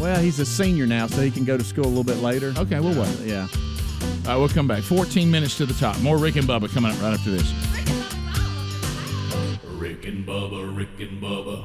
I: Well, he's a senior now, so he can go to school a little bit later.
D: Okay, we'll wait.
I: yeah.
D: All right, we'll come back. 14 minutes to the top. More Rick and Bubba coming up right after this.
K: Rick and Bubba, Rick and Bubba.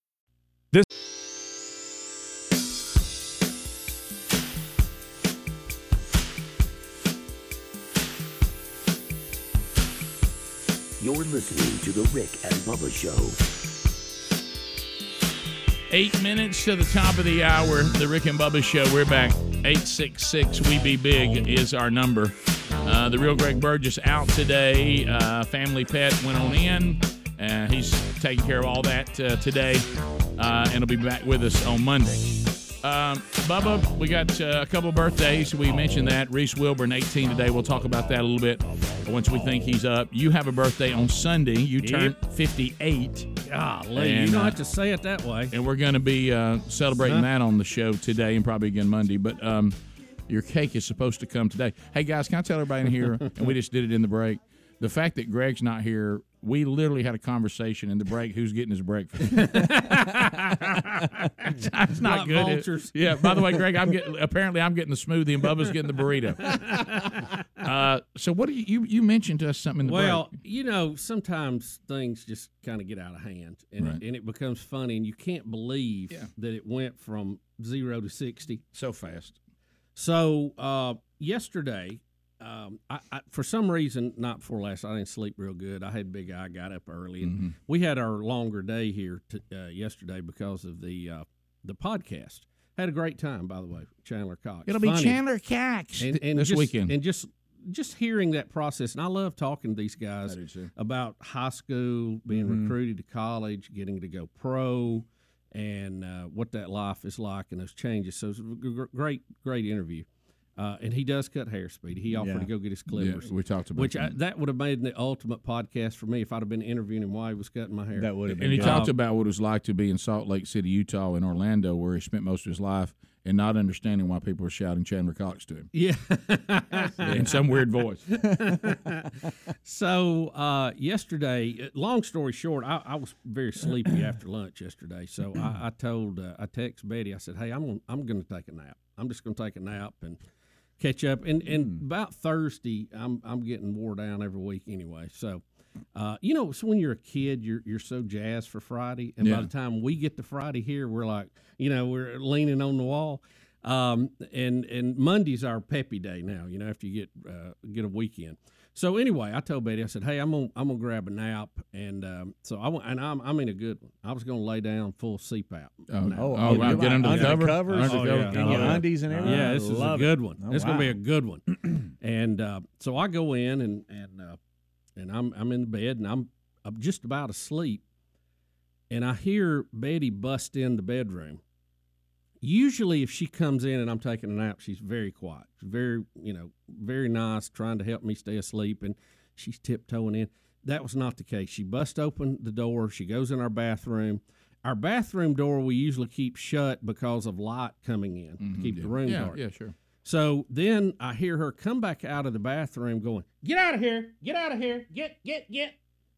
L: You're listening to The Rick and Bubba Show.
D: Eight minutes to the top of the hour. The Rick and Bubba Show. We're back. 866 We Be Big is our number. Uh, the real Greg Burgess out today. Uh, family pet went on in. Uh, he's taking care of all that uh, today uh, and he'll be back with us on Monday. Um, Bubba, we got uh, a couple birthdays. We mentioned that. Reese Wilburn, 18 today. We'll talk about that a little bit once we think he's up. You have a birthday on Sunday. You turn 58.
E: Golly, you don't have to say it that way.
D: And we're going to be uh, celebrating
E: Huh?
D: that on the show today and probably again Monday. But um, your cake is supposed to come today. Hey, guys, can I tell everybody in here, and we just did it in the break, the fact that Greg's not here, we literally had a conversation in the break who's getting his breakfast. That's not,
E: Not
D: good.
E: vultures.
D: Yeah, by the way, Greg, I'm getting, apparently I'm getting the smoothie and Bubba's getting the burrito. Uh, so what do you, you, you mentioned to us something in the
E: well,
D: break.
E: you know, sometimes things just kind of get out of hand, and
D: Right.
E: it, and it becomes funny, and you can't believe that it went from zero to sixty
D: so fast.
E: So uh, yesterday, um, I, I, for some reason, not before last, I didn't sleep real good. I had big eye, got up early, and
D: Mhm.
E: we had our longer day here t- uh, yesterday because of the uh, the podcast. Had a great time, by the way, Chandler Cox.
D: It'll be
E: Funny.
D: Chandler Cox
E: and,
D: th-
E: and
D: this
E: just-
D: weekend.
E: and just just hearing that process. And I love talking to these guys about high school, being
D: Mhm.
E: recruited to college, getting to go pro, and uh, what that life is like and those changes. So it's a gr- gr- great, great interview. Uh, and he does cut hair, Speedy. He offered
D: Yeah.
E: to go get his
D: Yeah,
E: clippers.
D: we talked about
E: which I,
D: that.
E: that would have made the ultimate podcast for me if I'd have been interviewing him while he was cutting my hair.
I: That would
D: And he talked about what it was like to be in Salt Lake City, Utah, and Orlando, where he spent most of his life, and not understanding why people were shouting Chandler Cox to him.
E: Yeah.
D: in some weird voice.
E: so uh, yesterday, uh, long story short, I, I was very sleepy after lunch yesterday. So I, I told, uh, I text Betty. I said, "Hey, I'm gonna, I'm going to take a nap. I'm just going to take a nap and catch up." And and
D: Hmm.
E: about Thursday, I'm I'm getting wore down every week anyway. So. Uh, you know, so when you're a kid, you're you're so jazzed for Friday, and by
D: Yeah.
E: the time we get to Friday here, we're like, you know, we're leaning on the wall. Um, and and Monday's our peppy day now. You know, after you get uh, get a weekend. So anyway, I told Betty, I said, hey, I'm gonna I'm gonna grab a nap, and um, so I went, and I'm I'm in a good one. I was gonna lay down full CPAP.
D: Oh,
E: nap.
D: oh, oh, wow. Get under the Under the cover? covers? Under the cover?
E: yeah.
D: And your
E: Yeah.
D: undies and everything?
E: Yeah, this is a
D: Love it.
E: good one.
D: Oh,
E: It's gonna be
D: wow.
E: a good one. and uh, so I go in and and uh, and I'm I'm in bed and I'm I'm just about asleep, and I hear Betty bust in the bedroom. Usually, if she comes in and I'm taking a nap, she's very quiet, very you know, very nice, trying to help me stay asleep, and she's tiptoeing in. That was not the case. She busts open the door. She goes in our bathroom, Our bathroom door we usually keep shut because of light coming in to keep the room
D: Mm-hmm. Yeah,
E: dark.
D: yeah, sure.
E: So then I hear her come back out of the bathroom going, Get out of here. Get out of here. Get, get, get.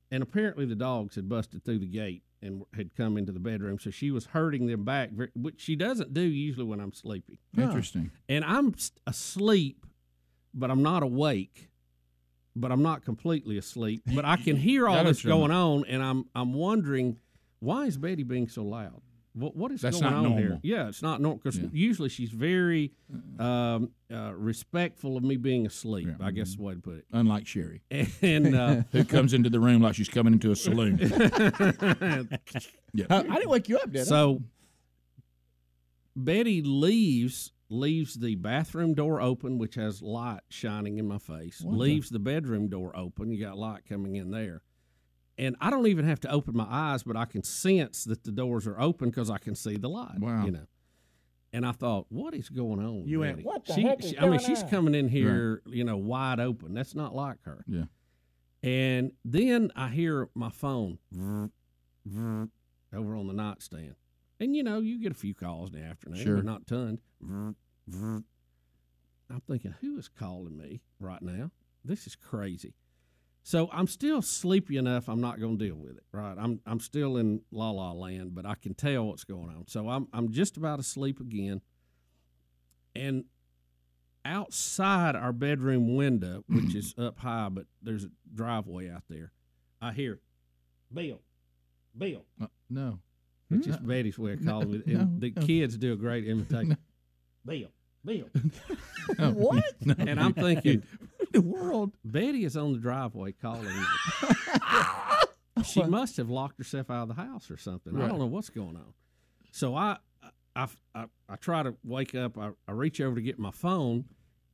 E: And apparently the dogs had busted through the gate and had come into the bedroom. So she was herding them back, ver- which she doesn't do usually when I'm sleeping.
D: Interesting.
E: And I'm s- asleep, but I'm not awake, but I'm not completely asleep. But I can hear all
D: That
E: this
D: is true.
E: going on, and I'm I'm wondering why is Betty being so loud? What what is
D: That's
E: going
D: not
E: on here?
D: normal.
E: Yeah, it's not normal because usually she's very um, uh, respectful of me being asleep. I guess
D: Mm-hmm.
E: is the way to put it.
D: Unlike Sherry,
E: And, uh,
D: who comes into the room like she's coming into a saloon.
E: uh,
D: yeah.
E: I
I: didn't wake you up, did I?
E: So Betty leaves leaves the bathroom door open, which has light shining in my face.
D: What the-
E: leaves the bedroom door open. You got light coming in there. And I don't even have to open my eyes, but I can sense that the doors are open because I can see the light.
D: Wow.
E: You know. And I thought, what is going on?
D: You went,
E: Betty?
D: "What the
E: she,
D: heck is
E: she- I mean,
D: going
E: she's
D: on?"
E: coming in here, you know, wide open. That's not like her.
D: Yeah.
E: And then I hear my phone vrr, vrr, over on the nightstand. And you know, you get a few calls in the afternoon,
D: Sure.
E: but not tons. Vrr, vrr. I'm thinking, who is calling me right now? This is crazy. So I'm still sleepy enough. I'm not going to deal with it, right? I'm I'm still in la la land, but I can tell what's going on. So I'm I'm just about asleep again, and outside our bedroom window, which is up high, but there's a driveway out there. I hear Bill, Bill,
D: Uh, no.
E: which is Betty's way of calling me.
D: Mm. no,
E: And the kids do a great imitation. Bill, Bill.
D: What? No.
E: And I'm thinking,
D: the world.
E: Betty is on the driveway calling me. she must have locked herself out of the house or something. I
D: Right.
E: don't know what's going on. So I, I, I, I try to wake up. I, I reach over to get my phone,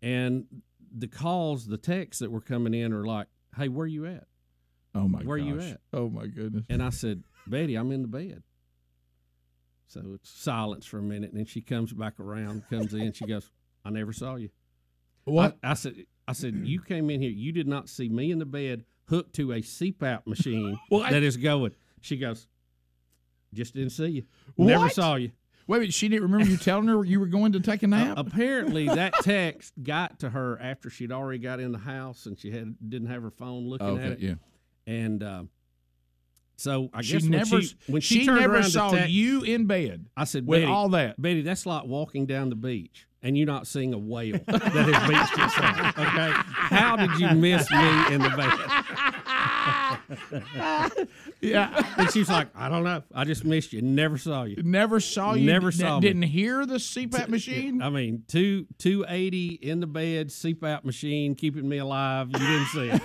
E: and the calls, the texts that were coming in are like, "Hey, where you at?
D: Oh my
E: where you
D: gosh.
E: at?
D: Oh my goodness.
E: And I said, Betty, I'm in the bed. So it's silence for a minute, and then she comes back around, comes in, she goes, I never saw you.
D: What?
E: I, I said I said, You came in here, you did not see me in the bed hooked to a CPAP machine
D: What?
E: that is going. She goes, Just didn't see you. Never
D: What?
E: saw you.
D: Wait a minute, she didn't remember you telling her you were going to take a nap?
E: Apparently that text got to her after she'd already got in the house and she had didn't have her phone looking
D: Okay,
E: at it.
D: yeah.
E: And uh, so I
D: She
E: guess when
D: never-
E: she, when she,
D: she
E: turned
D: never
E: around to
D: saw
E: text-
D: you in bed
E: I said,
D: with
E: Betty,
D: all that.
E: Betty, that's like walking down the beach and you not seeing a whale that has beached itself. Okay, how did you miss me in the bed?
D: yeah,
E: and she's like, I don't know. I just missed you. Never saw you.
D: Never saw you.
E: Never
D: n-
E: saw me.
D: Didn't hear the CPAP machine.
E: I mean, two two eighty in the bed, CPAP machine keeping me alive. You didn't see it.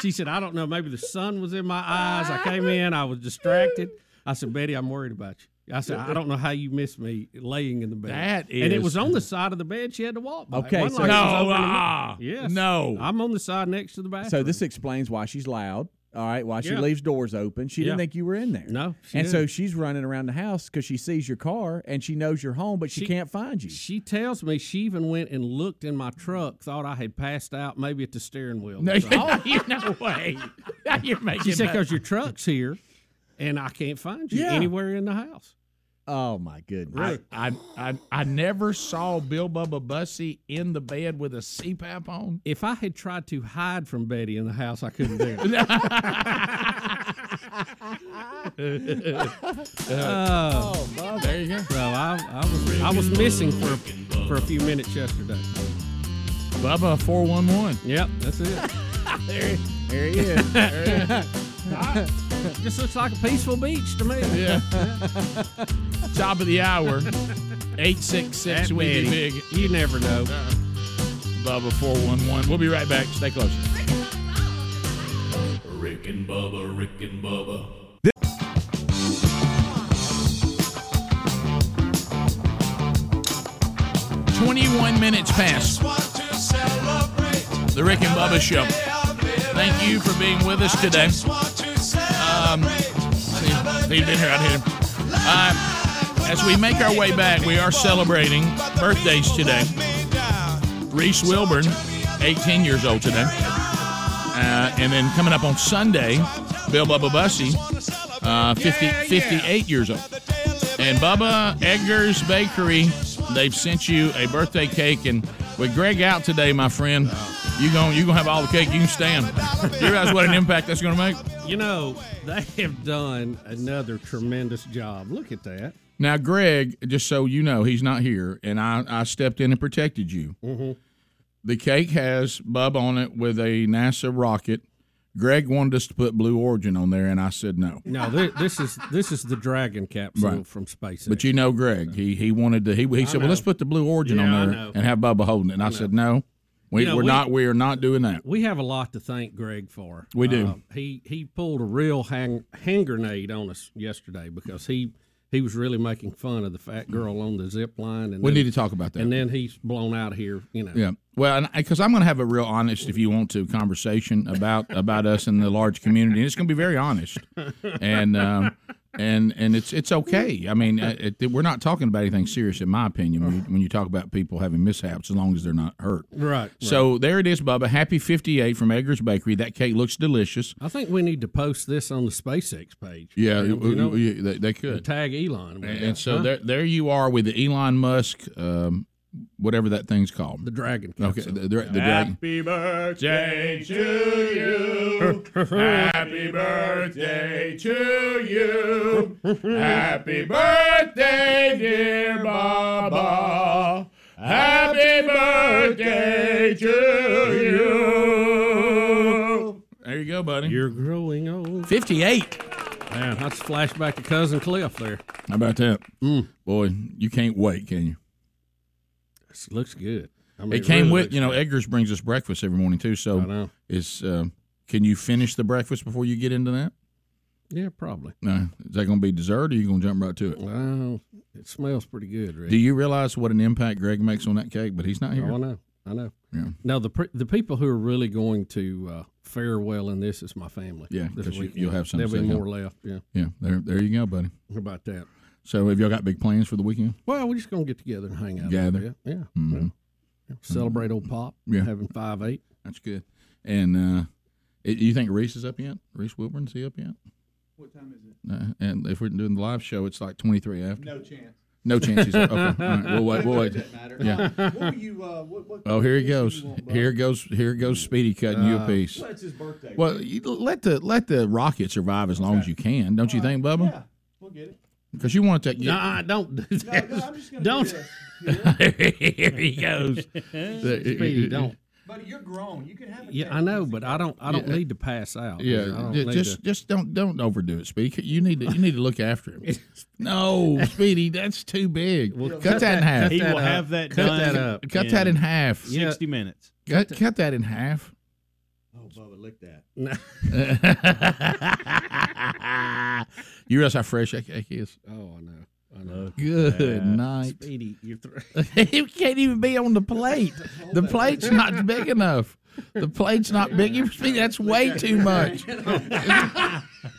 E: she said, "I don't know. Maybe the sun was in my eyes. I came in. I was distracted." I said, "Betty, I'm worried about you." I said, "I don't know how you missed me laying in the bed."
D: That
E: and it
D: is-
E: was on the side of the bed. She had to walk by. It
I: Okay,
E: wasn't
I: so-
E: like it was
I: No, uh,
E: over in the-
D: ah,
E: yes,
D: no.
E: I'm on the side next to the bathroom.
I: So this explains why she's loud. All right, why she
E: Yeah.
I: leaves doors open. She
E: Yeah.
I: didn't think you were in there.
E: No, she
I: and so
E: didn't.
I: she's running around the house because she sees your car and she knows you're home, but she, can't find you.
E: She tells me she even went and looked in my truck, thought I had passed out, maybe at the steering wheel. or
D: No,
E: something.
D: oh, you no way. You're making
E: She said,
D: that-
E: "Because your truck's here, and I can't find you
D: Yeah.
E: anywhere in the house."
I: Oh my goodness!
D: I, I, I, I never saw Bill Bubba Bussy in the bed with a CPAP on.
E: If I had tried to hide from Betty in the house, I couldn't do it. oh,
D: there you go.
E: So I, I was I was missing for for a few minutes yesterday.
D: Bubba four one one.
E: Yep, that's it.
D: There,
I: there he is.
E: Just looks like a peaceful beach to me.
D: Yeah. Top of the hour. Eight six six.
E: That
D: We be
E: Betty.
D: big.
E: You never know.
D: Bubba four one one. We'll be right back. Stay close.
M: Rick and Bubba, Rick and Bubba.
D: Twenty one minutes past the Rick and Bubba show. Thank you for being with us today. Um, see, see, you've been here. I didn't hear him. Uh, as we make our way back, we are celebrating birthdays today. Reese Wilburn, 18 years old today. Uh, and then coming up on Sunday, Bill Bubba Bussy, uh, 50, 58 years old. And Bubba Edgar's Bakery, they've sent you a birthday cake. And with Greg out today, my friend, you're going you gonna have all the cake you can stand. You realize what an impact that's going to make?
E: You know, they have done another tremendous job. Look at that.
D: Now, Greg, just so you know, he's not here, and I, I stepped in and protected you.
E: Mm-hmm.
D: The cake has Bub on it with a NASA rocket. Greg wanted us to put Blue Origin on there, and I said no.
E: No, thi- this is this is the Dragon capsule
D: Right.
E: from SpaceX.
D: But you know, Greg, he he wanted to. He, he
E: I
D: said, "Well, let's
E: know.
D: put the Blue Origin
E: Yeah, I
D: on there
E: know.
D: and have Bubba holding it." And I, said, "No, we,
E: You know,
D: we're
E: we-
D: not. We are not doing that."
E: we have a lot to thank Greg for. Uh,
D: We do.
E: he he pulled a real hang, hand grenade on us yesterday because he he was really making fun of the fat girl on the zip line. And
D: We
E: then-
D: need to talk about that.
E: And then he's blown out of here. You know.
D: Yeah. Well, because I'm going to have a real honest, if you want to, conversation about about us and the large community, and it's going to be very honest, and um, and and it's it's okay. I mean, uh, it, we're not talking about anything serious, in my opinion, when you, when you talk about people having mishaps, as long as they're not hurt.
E: Right.
D: So there it is, Bubba. Happy 58 from Edgar's Bakery. That cake looks delicious.
E: I think we need to post this on the SpaceX page.
D: Yeah,
E: You
D: w-
E: know,
D: w- yeah, they, they
E: and
D: could.
E: tag Elon.
D: And, and so
E: Huh?
D: there, there you are with the Elon Musk, um, whatever that thing's called, the
E: dragon.
D: Okay, the, the, the dragon.
F: Happy birthday to you. Happy birthday to you. Happy birthday, dear Baba. Happy birthday to you.
D: There you go, buddy.
E: You're growing old.
D: 58.
E: Man, that's a flashback to Cousin Cliff there.
D: How about that?
F: Mm.
D: Boy, you can't wait, can you?
E: This looks good. I mean,
D: it came
E: really
D: with,
E: looks
D: you know,
E: good.
D: Edgar's brings us breakfast every morning too. So
E: I know.
D: it's, uh, can you finish the breakfast before you get into that?
E: Yeah, probably.
D: No, is that going to be dessert, or you going to jump right to it?
E: Wow, it smells pretty good. Rick.
D: Do you realize what an impact Greg makes on that cake? But he's not here.
E: Oh, I know. I know.
D: Yeah.
E: No, the pr- the people who are really going to uh, fare well in this is my family.
D: Yeah,
E: this
D: 'cause you-
E: weekend.
D: you'll have some
E: There'll be
D: to say, huh?
E: more left. Yeah.
D: Yeah, there, there you go, buddy.
E: How about that?
D: So have y'all got big plans for the weekend?
E: Well, we're just gonna get together and hang out. a
D: Gather.
E: bit. Yeah.
D: Mhm.
E: yeah. Celebrate old pop.
D: Yeah.
E: Having five eight.
D: That's good. And uh, i- you think Reese is up yet? Reese Wilburn's he up yet?
I: What time is it?
D: Uh, and if we're doing the live show, it's like twenty three after.
I: No chance.
D: No chance. He's up. Okay. All right. We'll wait. We'll wait.
I: Doesn't matter.
D: Yeah.
I: Uh, what were you, uh, what- what-
D: oh, here he
I: what do you
D: goes.
I: want, bud?
D: Here goes. Here goes. Speedy cutting you a
I: Uh,
D: piece.
I: Well, it's his birthday.
D: Well, you, let the let the rocket survive as long as you can, don't you think, Bubba? Yeah,
I: we'll get it.
D: Because you want that.
E: Nah, don't do that. don't.
D: Here he goes.
E: Speedy, don't.
I: Buddy, you're grown. You can have a
E: Yeah, I know, but I don't. I don't
D: Yeah.
E: need to pass out. I
D: Yeah,
E: don't
D: ju-
E: need
D: just
E: to-
D: just don't don't overdo it, Speedy. You need to you need to look after him. no, Speedy, that's too big. cut, that, in half.
E: cut that up. Cut that up.
D: Cut that in half.
E: minutes.
D: Cut, cut that in half.
I: Oh, Bubba, lick that.
D: you realize how fresh that cake is.
E: Oh, I know. I know.
D: Good night.
E: Speedy, you're thr-
D: it can't even be on the plate. The plate's not big enough. The plate's not big enough. Speedy, That's way too much.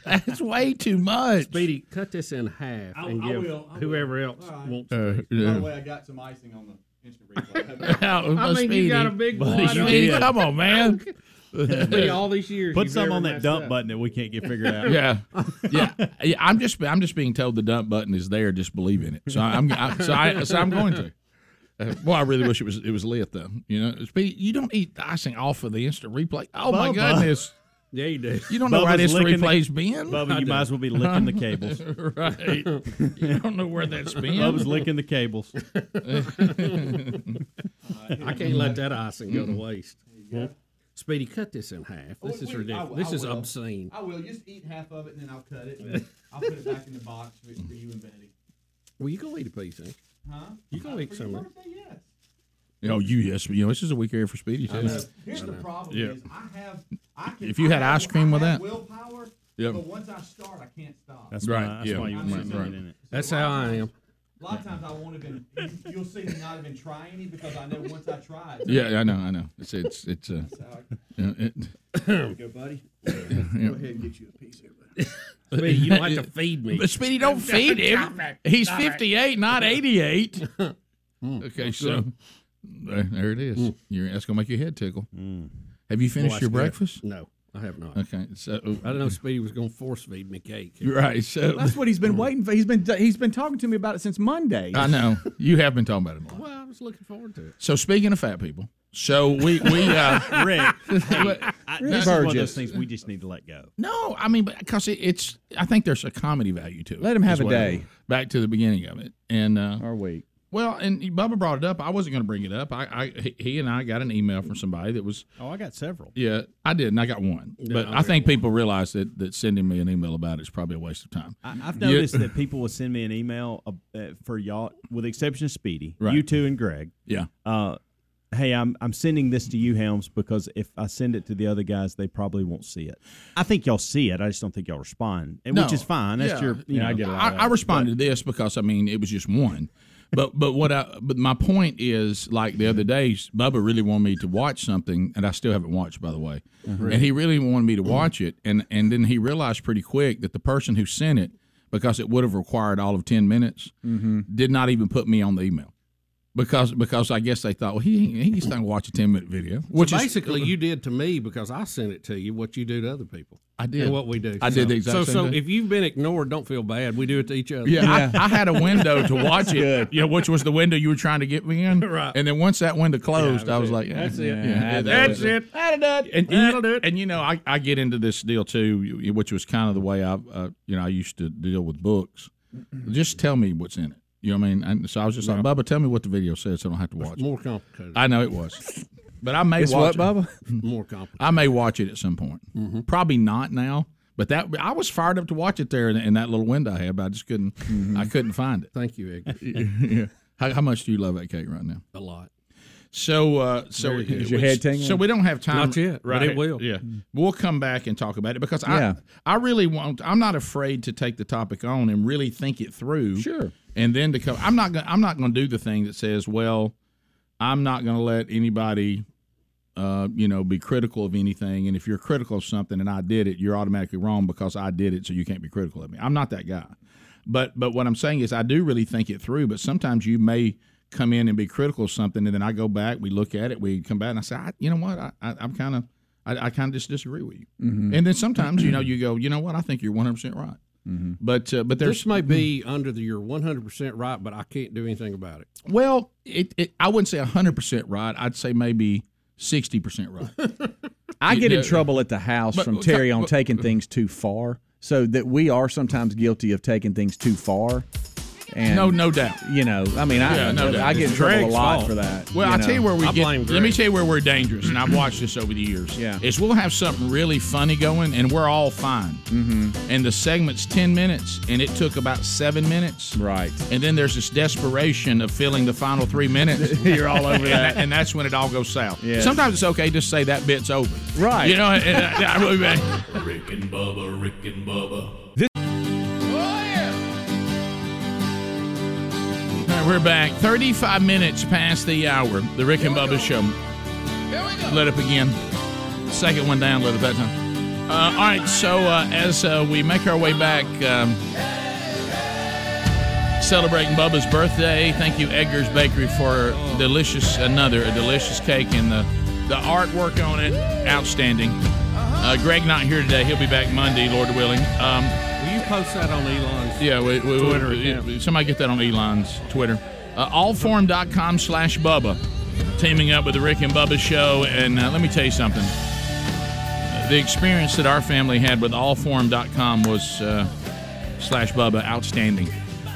D: That's way too much.
E: Speedy, cut this in half
I: I-
E: and
I: I
E: give
I: will, I will.
E: whoever else
I: All right.
E: wants.
D: Uh,
E: to.
I: By
D: yeah.
I: the way, I got some icing on the instant replay.
D: I mean, you got a big Buddy, one. Speedy, come on, man.
E: Speedy, all these years
N: Put
E: you've
N: some
E: never
N: on that
E: messed
N: dump
E: up.
N: button that we can't get figured out.
D: Yeah, yeah, yeah. I'm just, I'm just being told the dump button is there. Just believe in it. So I'm, I, so I, so I'm going to. Uh, Well, I really wish it was, it was lit though. You know, Speedy, you don't eat the icing off of the instant replay. Oh my
N: Bubba.
D: goodness.
E: Yeah, you do.
D: You don't know where
N: Bubba's
D: this
N: licking the-
D: replay's been.
N: Bubba, you might as well be licking the cables.
D: right. You don't know where that's been.
N: Bubba's licking the cables.
E: I can't let that icing
D: Mm-hmm.
E: go to waste. Speedy, cut this in half.
I: Oh,
E: This is ridiculous. this is obscene.
I: I will. Just eat half of it and then I'll cut it. And I'll put it back in the box for, for you and Betty.
E: Well, you go eat a piece, eh?
I: Huh?
E: You go eat
I: For
E: some.
I: your
E: of it.
I: birthday, yes.
D: Oh, you yes, but, you know this is a weak area for Speedy too.
I: I know. Here's the problem
D: Yeah.
I: is I have I can,
D: If you had
I: I have-
D: ice cream
I: I
D: with
I: have
D: that.
I: willpower,
D: Yep.
I: but once I start, I can't stop.
D: That's Right, why- that's yeah. why you
I: I'm
D: want
I: just-
D: something in it.
E: That's how I am.
I: A lot of times I won't have been. you- You'll see me not even try any because I know once I try. it's-
D: Yeah, I know, I know. It's it's it's. Uh, yeah, it,
I: There you go, buddy. Go ahead and get you a piece here, buddy.
E: Speedy, you don't have to feed me.
D: But Speedy, don't feed him.
E: Stop it.
D: He's
E: Stop it.
D: 58, not 88. okay,
E: that's
D: so
E: good.
D: Hmm. there, there it is. You're, that's gonna make your head tickle. Have you
E: Boy,
D: finished your
E: that's good.
D: breakfast?
E: No. I have not.
D: Okay, so
E: I don't know.
D: Mm-hmm.
E: Speedy was going to force feed me cake.
D: Right, so-
I: that's what he's been waiting for. He's been he's been talking to me about it since Monday.
D: I know you have been talking about it a lot.
E: Well, I was looking forward to it.
D: So speaking of fat people, so we we uh,
G: Rick, hey, I,
D: Rick
G: this is one of
D: Burgess.
G: those things we just need to let go.
D: No, I mean, because it, it's I think there's a comedy value to it.
G: Let him have
D: as
G: a day.
D: Back to the beginning of it, and uh,
I: our week.
D: Well, and Bubba brought it up. I wasn't going to bring it up. I, I he- he and I got an email from somebody that was.
G: Oh, I got several.
D: Yeah, I did, and I got one.
G: No,
D: but
G: I
D: I think people realize that, that sending me an email about it is probably a waste of time.
G: I, I've
D: Yeah.
G: noticed that people will send me an email uh, uh, for y'all, with the exception of Speedy,
D: Right.
G: you two, and Greg.
D: Yeah.
G: Uh, hey, I'm I'm sending this to you, Helms, because if I send it to the other guys, they probably won't see it. I think y'all see it. I just don't think y'all respond, and which
D: No.
G: is fine. That's
D: Yeah.
G: your. You know,
D: I, I responded to this because I mean it was just one. But but what I but my point is like the other day, Bubba really wanted me to watch something, and I still haven't watched by the way.
G: Uh-huh.
D: And he really wanted me to watch it, and and then he realized pretty quick that the person who sent it, because it would have required all of ten minutes,
G: Mm-hmm.
D: did not even put me on the email. Because, because I guess they thought, well, he ain't- he ain't going to watch a ten minute video, which
E: so
D: is
E: basically you did to me because I sent it to you. What you do to other people,
D: I did.
E: and what we do.
D: I did the exact
E: so,
D: same
E: So
D: thing.
E: if you've been ignored, don't feel bad. We do it to each other.
D: Yeah, I, I had a window to watch it, yeah, which was the window you were trying to get me in. Right. And then once that window closed, I was like, yeah,
E: That's it.
D: yeah, yeah,
E: That's
D: that was
E: it. That's it.
D: And, and, you, and you know, I, I get into this deal too, you- which was kind of the way I, uh, you know, I used to deal with books. Just tell me what's in it. You know what I mean? And so I was just like, Bubba, tell me what the video says so I don't have to watch it.
E: More complicated.
D: I know it was. But I may
E: It's
D: watch
E: what,
D: it.
E: Bubba? Mm-hmm. More complicated.
D: I may watch it at some point. Probably not now. But that I was fired up to watch it there in, in that little window I had, but I just couldn't.
E: Mm-hmm.
D: I couldn't find it.
E: Thank you, Edgar.
D: yeah. how, how much do you love that cake right now?
E: A lot.
D: So, uh, so
E: Very good.
D: it
E: Is your
D: was-
E: head tingling?
D: So we don't have time.
E: Not yet, but
D: right?
E: it will. Mm.
D: Yeah, we'll come back and talk about it because I,
E: Yeah.
D: I really want. I'm not afraid to take the topic on and really think it through. Sure. And then to come, I'm not. Gonna, I'm not going to do the thing that says, "Well, I'm not going to let anybody, uh, you know, be critical of anything." And if you're critical of something and I did it, you're automatically wrong because I did it, so you can't be critical of me. I'm not that guy. But but what I'm saying is I do really think it through. But sometimes you may come in and be critical of something, and then I go back, we look at it, we come back, and I say, I, you know what, I, I, I'm kind of, I, I kind of just disagree with you.
E: Mhm.
D: And then sometimes you know you go, you know what, I think you're 100 percent right. But uh, but there's
E: this may be under the you're 100 percent right, but I can't do anything about it.
D: well, it, it I wouldn't say 100 percent right. I'd say maybe 60 percent right.
I: I
D: You
I: get
D: know-
I: in trouble at the house
D: But-
I: from
D: but-
I: Terry on
D: but-
I: taking things too far, so that we are sometimes guilty of taking things too far. And
D: No, no doubt.
I: You know, I mean, I,
D: Yeah, no doubt.
I: I get in
D: It's
I: trouble
D: Greg's
I: a lot
D: fault.
I: for that.
D: Well, I'll
I: know.
D: tell you where we get. Let me tell you where we're dangerous, and I've watched this over the years. Yeah, is we'll have something really funny going, and we're all fine. Mm-hmm. And the segment's ten minutes, and it took about seven minutes.
I: Right.
D: And then there's this desperation of filling the final three minutes.
G: You're all
D: and
G: over that.
D: and that's when it all goes south.
G: Yes.
D: Sometimes it's okay just say that bit's over.
G: Right.
D: You know. and- and- and we'll be back.
O: Rick and Bubba, Rick and Bubba.
D: Oh, All right, we're back. Thirty-five minutes past the hour. The Rick and Bubba Show. Let up again. Second one down. Let up that time. Uh, all right. So uh, as uh, we make our way back, um, celebrating Bubba's birthday. Thank you, Edgar's Bakery, for delicious another a delicious cake and the the artwork on it outstanding. Uh, Greg not here today. He'll be back Monday, Lord willing. Um,
E: Will you post that on Elon's?
D: yeah, we, we,
E: Twitter
D: we-
E: account.
D: we- somebody get that on Elon's Twitter. Uh, allform.com slash Bubba. Teaming up with the Rick and Bubba show. And uh, let me tell you something. Uh, The experience that our family had with allform.com was uh, slash Bubba outstanding.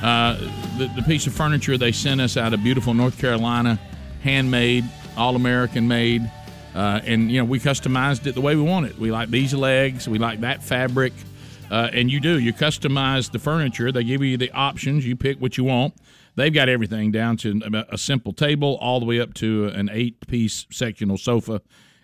D: Uh, the, the piece of furniture they sent us out of beautiful North Carolina, handmade, all American made. Uh, and, you know, we customized it the way we want it. We like these legs, we like that fabric. Uh, and you do. You customize the furniture. They give you the options. You pick what you want. They've got everything down to a- a simple table, all the way up to an eight-piece sectional sofa,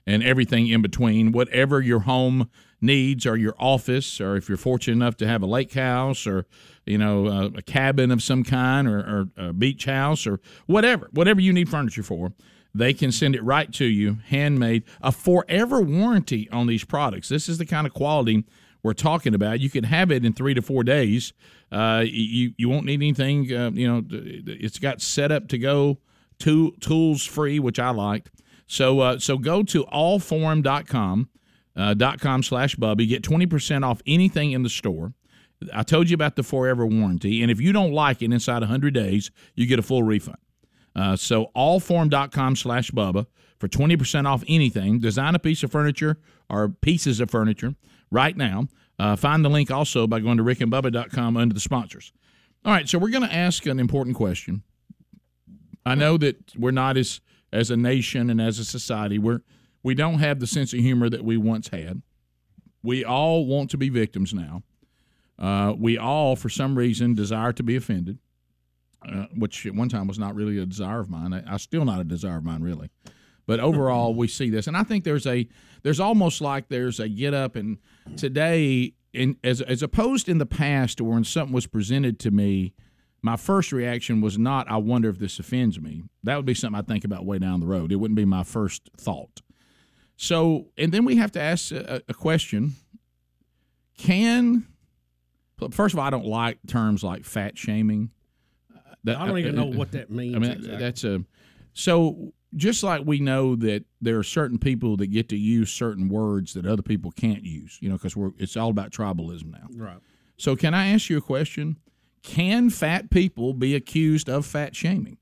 D: and everything in between. Whatever your home needs, or your office, or if you're fortunate enough to have a lake house, or you know uh, a cabin of some kind, or, or a beach house, or whatever, whatever you need furniture for. They can send it right to you, handmade, a forever warranty on these products. This is the kind of quality we're talking about. You can have it in three to four days. Uh, you you won't need anything. Uh, you know, it's got set up to go, tool, tools free, which I liked. So uh, so go to allform.com uh, dot com slash Bubby. Get 20% off anything in the store. I told you about the forever warranty. And if you don't like it inside 100 days, you get a full refund. Uh, so allform.com slash Bubba for 20% off anything. Design a piece of furniture or pieces of furniture right now. Uh, find the link also by going to rickandbubba.com under the sponsors. All right, so we're going to ask an important question. I know that we're not as as a nation and as a society we're we don't have the sense of humor that we once had. We all want to be victims now. Uh, we all, for some reason, desire to be offended, uh, which at one time was not really a desire of mine. I, I still not a desire of mine, really. But
E: Mm-hmm.
D: overall, we see this, and I think there's a there's almost like there's a get up and today, in, as as opposed in the past, to when something was presented to me, my first reaction was not I wonder if this offends me. That would be something I think about way down the road. It wouldn't be my first thought. So, and then we have to ask a, a question: Can first of all, I don't like terms like fat shaming. Uh,
E: that, I don't even know what that means.
D: I mean,
E: exactly.
D: that's a so just like we know that there are certain people that get to use certain words that other people can't use, you know, because we're it's all about tribalism now.
E: Right.
D: So, can I ask you a question? Can fat people be accused of fat shaming?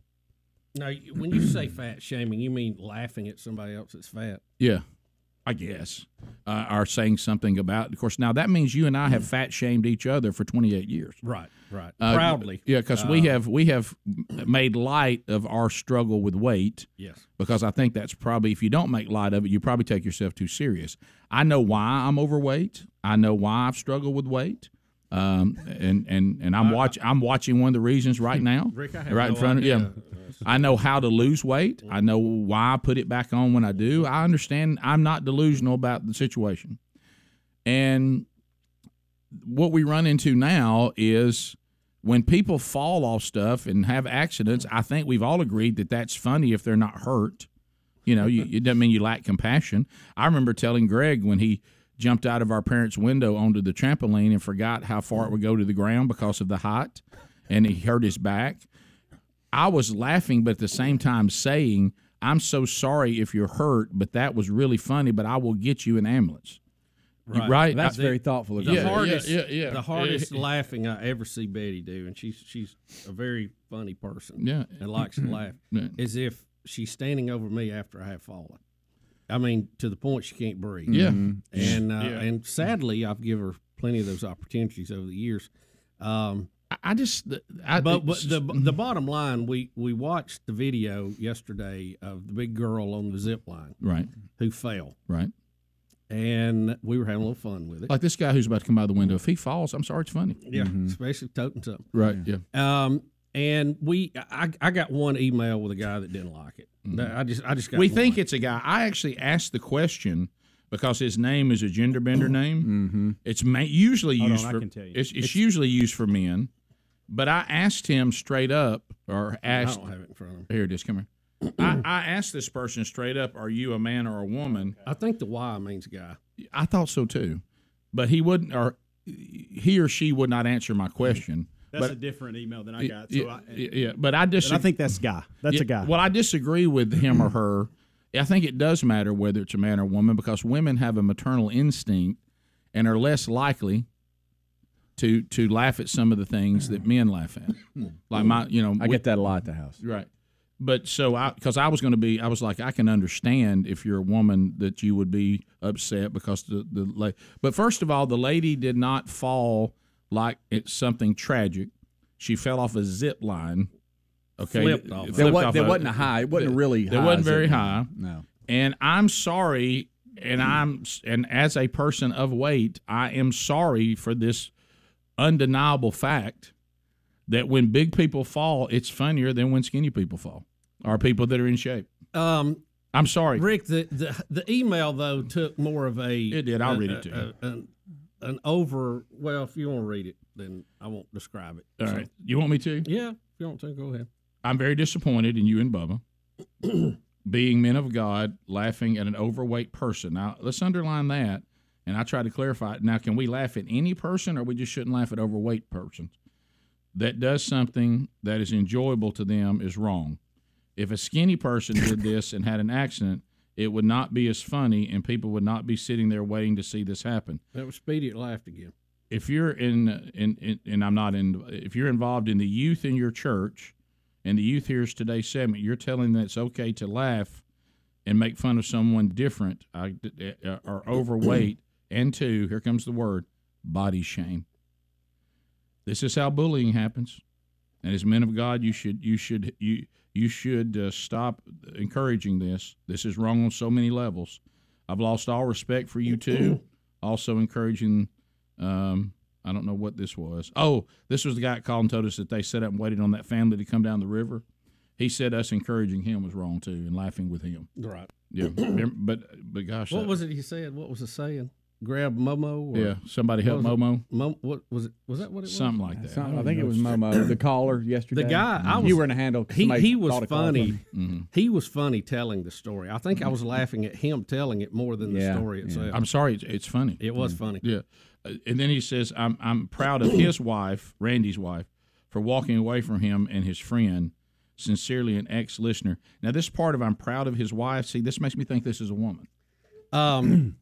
E: Now, when you say fat shaming, you mean laughing at somebody else that's fat.
D: Yeah, I guess. Uh, are saying something about, of course. Now that means you and I have fat shamed each other for 28 years.
E: Right, right.
D: Uh,
E: Proudly.
D: Yeah, because we have we have made light of our struggle with weight.
E: Yes.
D: Because I think that's probably if you don't make light of it, you probably take yourself too serious. I know why I'm overweight. I know why I've struggled with weight. Um, and and and I'm watch I'm watching one of the reasons right now,
E: Rick, I have
D: right in
E: no
D: front of
E: idea.
D: yeah. I know how to lose weight. I know why I put it back on when I do. I understand I'm not delusional about the situation. And what we run into now is when people fall off stuff and have accidents, I think we've all agreed that that's funny if they're not hurt. You know, you, it doesn't mean you lack compassion. I remember telling Greg when he jumped out of our parents' window onto the trampoline and forgot how far it would go to the ground because of the height, and he hurt his back. I was laughing, but at the same time saying, "I'm so sorry if you're hurt, but that was really funny. But I will get you an ambulance." You- Right?
E: That's
D: I-
E: very
I: thoughtful
E: The hardest, The hardest laughing I ever see Betty do, and she's she's a very funny person.
D: Yeah.
E: and likes to laugh.
D: Yeah.
E: Is if she's standing over me after I have fallen. I mean, to the point she can't breathe.
D: Yeah. Mhm.
E: and uh,
D: Yeah.
E: and sadly, I've given her plenty of those opportunities over the years. Um,
D: I just, I,
E: but, but the the bottom line, we we watched the video yesterday of the big girl on the zip line,
D: Right.
E: who fell,
D: Right.
E: and we were having a little fun with it.
D: Like mm-hmm. this guy who's about to come out of the window. If he falls, I'm sorry, it's funny.
E: Yeah, especially toting something.
D: Right. Yeah.
E: Um, and we, I, I got one email with a guy that didn't like it. I just, I just got.
D: Mm-hmm. we
E: one.
D: think it's a guy. I actually asked the question because his name is a gender bender name. Mm-hmm. It's ma- usually
N: Hold on,
D: used
N: I
D: for.
N: can tell you.
D: It's, it's
N: It's-
D: usually used for men, but I asked him straight up, or asked.
E: don't have it in front of me.
D: Here it is. Come here. I, I asked this person straight up, "Are you a man or a woman?"
E: I think the Y means guy.
D: I thought so too, but he wouldn't, or he or she would not answer my question.
N: That's
D: but
N: a different email than I
D: Y-
N: got. So
D: y-
N: I,
D: y- yeah, but I just
N: But I think that's guy. That's a guy.
D: Well, I disagree with him or her. I think it does matter whether it's a man or woman because women have a maternal instinct and are less likely to to laugh at some of the things that men laugh at.
N: Hmm.
D: Like my, you know,
I: I get that a lot at the house.
D: Right. But so I, because I was going to be, I was like, I can understand if you're a woman that you would be upset because the the la- But first of all, the lady did not fall like it's something tragic. She fell off a zip line. Okay,
I: Flipped off. There wa- there wasn't a high- it wasn't a really
D: There
I: high
D: wasn't very
I: zip
D: high.
I: line. No.
D: And I'm sorry, and I'm and as a person of weight, I am sorry for this undeniable fact that when big people fall, it's funnier than when skinny people fall or people that are in shape.
E: Um,
D: I'm sorry,
E: Rick. The, the the email though took more of a. It
D: did. I'll read it to you.
E: An, an over. Well, if you want to read it, then I won't describe it.
D: All
E: So,
D: right. You want me to?
E: Yeah. If you want to, go ahead.
D: I'm very disappointed in you and Bubba being men of God laughing at an overweight person. Now, let's underline that, and I try to clarify it. Now, can we laugh at any person, or we just shouldn't laugh at overweight persons? That does something that is enjoyable to them is wrong. If a skinny person did this and had an accident, it would not be as funny, and people would not be sitting there waiting to see this happen.
E: That was Speedy at Laughed again.
D: If you're in, in, in, and I'm not in, if you're involved in the youth in your church, and the youth hears today's segment, you're telling them it's okay to laugh and make fun of someone different uh, or overweight, and two, here comes the word, body shame. This is how bullying happens, and as men of God, you should you should you you should uh, stop encouraging this. This is wrong on so many levels. I've lost all respect for you too. Also encouraging. Um, I don't know what this was. Oh, this was the guy that called and told us that they set up and waited on that family to come down the river. He said us encouraging him was wrong too, and laughing with him.
E: Right.
D: Yeah. but but gosh,
E: What
D: that-
E: was it he said? What was the saying? Grab Momo. Or
D: Yeah, somebody help
E: what was
D: Momo.
E: It? Mom, what was it? Was that what it was?
D: Something like that.
I: Something- I think it was Momo, the caller yesterday. Mm-hmm.
E: The guy, I
I: You
E: was,
I: were in a handle,
E: He,
I: somebody
E: he was
I: thought it called
E: funny.
I: him.
D: Mm-hmm.
E: He was funny telling the story. I think I was laughing at him telling it more than the story itself.
D: I'm Mm. sorry, it's, it's funny. It
E: was funny.
D: Yeah, Uh, and then he says, "I'm I'm proud of his wife, Randy's wife, for walking away from him and his friend. Sincerely, an ex-listener. Now, this part of I'm proud of his wife. See, this makes me think this is a woman.
E: Um,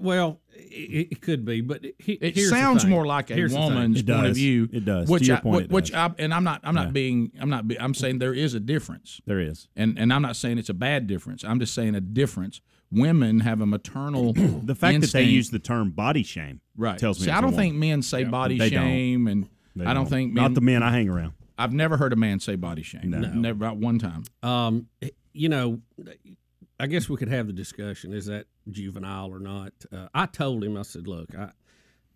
E: well, it, it could be, but he,
D: It
E: here's the
D: sounds
E: thing.
D: more like a
E: Here's the thing.
D: woman's point of view.
G: It does. To
D: Which
G: your
D: I,
G: point, it
D: which I, and I'm not. I'm not being. I'm not. Be, I'm saying there is a difference.
G: There is.
D: And and I'm not saying it's a bad difference. I'm just saying a difference. Women have a maternal.
G: The fact that they use the term body shame
D: Right.
G: tells me.
D: See,
G: it's
D: I
G: a
D: don't
G: woman.
D: think men say body
G: They don't.
D: shame, and
G: They
D: I don't,
G: don't.
D: think men,
G: Not the men I hang around.
D: I've never heard a man say body shame.
E: No.
D: Never, not one time.
E: Um, you know, I guess we could have the discussion: is that juvenile or not? Uh, I told him, I said, "Look, I,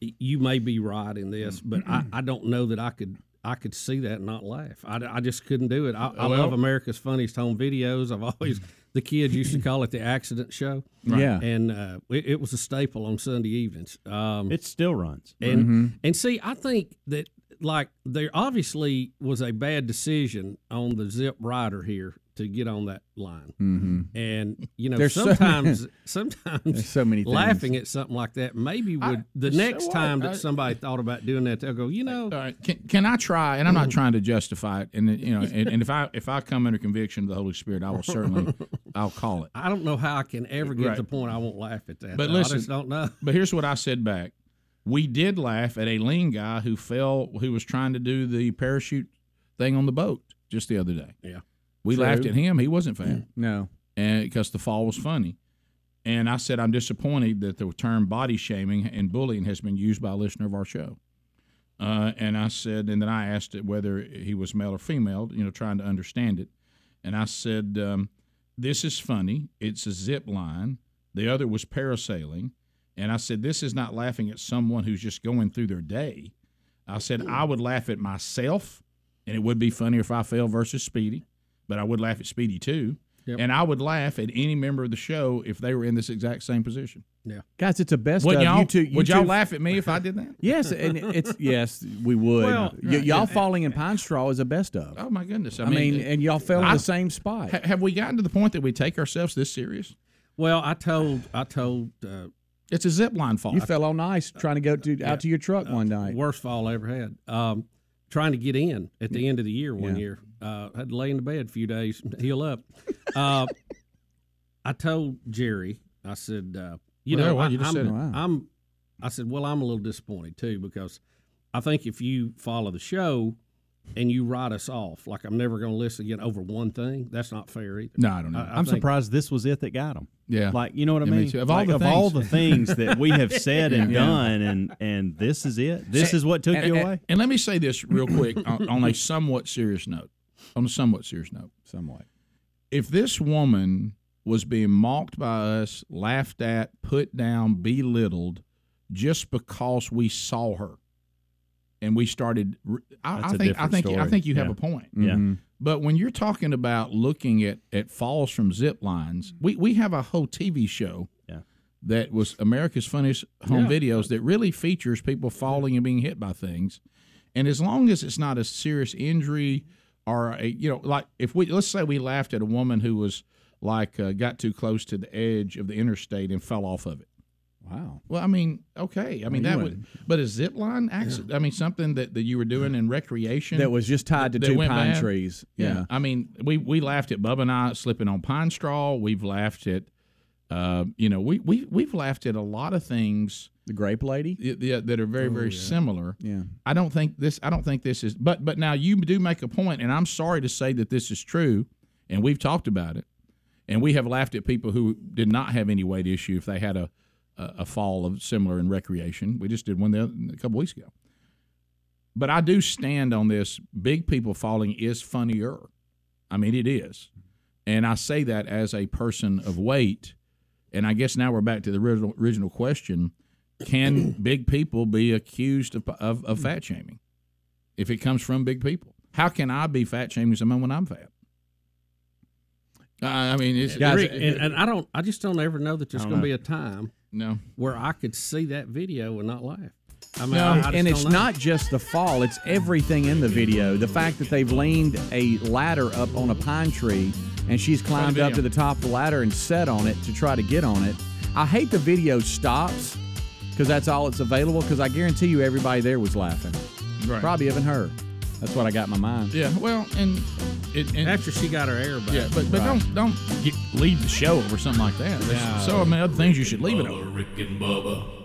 E: you may be right in this,
D: Mm.
E: but I, I don't know that I could." I could see that and not laugh. I, I just couldn't do it. I, I
D: Well-
E: love America's Funniest Home Videos. I've always the kids used to call it the accident show.
G: Right. Yeah.
E: and uh, it, it was a staple on Sunday evenings. Um,
D: Mm.
G: It still runs.
E: and
I: Mm-hmm.
E: and see, I think that like there obviously was a bad decision on the Zip Rider here to get on that line.
I: Mhm.
E: And you know,
I: There's so many-
E: sometimes sometimes
I: There's so many things.
E: laughing at something like that maybe would the
D: so
E: next
D: what?
E: time that
D: I-
E: somebody thought about doing that they'll go, you know,
D: All right. Can, can I try? And I'm not trying to justify it. And uh, you know, and, and if I if I come under conviction of the Holy Spirit, I will certainly I'll call it.
E: I don't know how I can ever get
D: Right.
E: to the point I won't laugh at that.
D: But
E: though.
D: listen,
E: I just don't know.
D: But here's what I said back. We did laugh at a lean guy who fell, who was trying to do the parachute thing on the boat just the other day.
E: Yeah.
D: We
E: True. Mm,
D: laughed at him. He wasn't fat.
I: No.
D: And because the fall was funny. And I said, I'm disappointed that the term body shaming and bullying has been used by a listener of our show. Uh, and I said, and then I asked it whether he was male or female, you know, trying to understand it. And I said, um, This is funny. It's a zip line. The other was parasailing. And I said, This is not laughing at someone who's just going through their day. I
I: Hmm.
D: said, I would laugh at myself, and it would be funnier if I fell versus Speedy, but I would laugh at Speedy too.
E: Yep.
D: And I would laugh at any member of the show if they were in this exact same position.
I: Guys, it's a best
D: Would
I: of.
D: y'all,
I: you two, you
D: would y'all
I: two-
D: laugh at me if I did that?
I: Yes, and it's yes, we would.
D: Well,
I: Y- y'all falling in pine straw is a best of.
D: Oh my goodness! I,
I: I mean, and y'all fell in
D: I-
I: the same spot.
D: ha- have we gotten to the point that we take ourselves this serious?
E: Well, I told I told uh,
D: it's a zip line fall.
I: You fell on ice trying to go to, out to your truck one night.
E: Worst fall I ever had. Um, trying to get in at the end of the year one
I: Yeah.
E: year. Uh, had to lay in the bed a few days, heal up. Uh, I told Jerry, I said, uh, you
D: Well,
E: know,
D: well,
E: I,
D: you just
E: am
D: said it.
E: I'm, I said, well, I'm a little disappointed too because I think if you follow the show and you write us off, like I'm never going to listen again over one thing, that's not fair either.
D: No, I don't know.
I: Uh,
E: I,
G: I'm
E: think-
G: surprised this was it that got them.
D: Yeah.
G: like you know what I
D: Yeah, me
G: mean.
D: too. Of all
G: Like,
D: the
G: of all the
D: things.
G: things that we have said and
D: Yeah.
G: done, and and this is it. This is what took
D: and,
G: you
D: and-
G: away.
D: And let me say this real quick on, on a somewhat serious note. On a somewhat serious note.
I: Somewhat.
D: If this woman was being mocked by us, laughed at, put down, belittled, just because we saw her, and we started, I, I
G: That's a
D: think I
G: different
D: think I
G: story.
D: think you have
G: Yeah.
D: a point.
G: Yeah. Mhm.
D: But when you're talking about looking at at falls from zip lines, we we have a whole TV show.
G: Yeah.
D: That was America's Funniest Home
E: Yeah.
D: Videos that really features people falling and being hit by things. And as long as it's not a serious injury or a, you know, like if we, let's say we laughed at a woman who was like, uh, got too close to the edge of the interstate and fell off of it.
I: Wow.
D: Well, I mean, okay. I mean,
I: Well, you
D: that would, but a zip line accident, I mean, something that, that you were doing in recreation
I: That was just tied to
D: that
I: two
D: went
I: pine
D: bad.
I: trees.
D: Yeah.
I: Yeah.
D: I mean, we, we laughed at Bubba and I slipping on pine straw. We've laughed at Uh, you know, we we we've laughed at a lot of things.
I: The grape lady,
D: yeah, that are very
I: Oh,
D: very
I: yeah.
D: similar.
I: Yeah.
D: I don't think this. I don't think this is. But but now you do make a point, and I'm sorry to say that this is true, and we've talked about it, and we have laughed at people who did not have any weight issue if they had a a, a fall of similar in recreation. We just did one the other, a couple weeks ago. But I do stand on this. Big people falling is funnier. I mean, it is, and I say that as a person of weight. And I guess now we're back to the original, original question: Can big people be accused of, of, of fat shaming if it comes from big people? How can I be fat shaming someone when I'm fat? Uh, I mean, it's,
E: Guys,
D: Rick-
E: and, and I don't. I just don't ever know that there's
D: I don't
E: going to
D: know.
E: be a time
D: no
E: where I could see that video and not laugh. I mean,
I: No,
E: I, I just
I: and it's
E: don't know.
I: not just the fall; it's everything in the video. The fact that they've leaned a ladder up on a pine tree, and she's climbed up
N: video.
I: to the top of the ladder and sat on it to try to get on it. I hate the video stops because that's all it's available. Because I guarantee you, everybody there was laughing,
D: Right.
I: probably even her. That's what I got in my mind.
D: Yeah, well, and, it, and
E: after she got her air back.
D: Yeah, but but
I: Right.
D: don't don't get, leave the show over something like that. There's
I: No.
D: so many other things you should leave it over.
P: Rick and Bubba.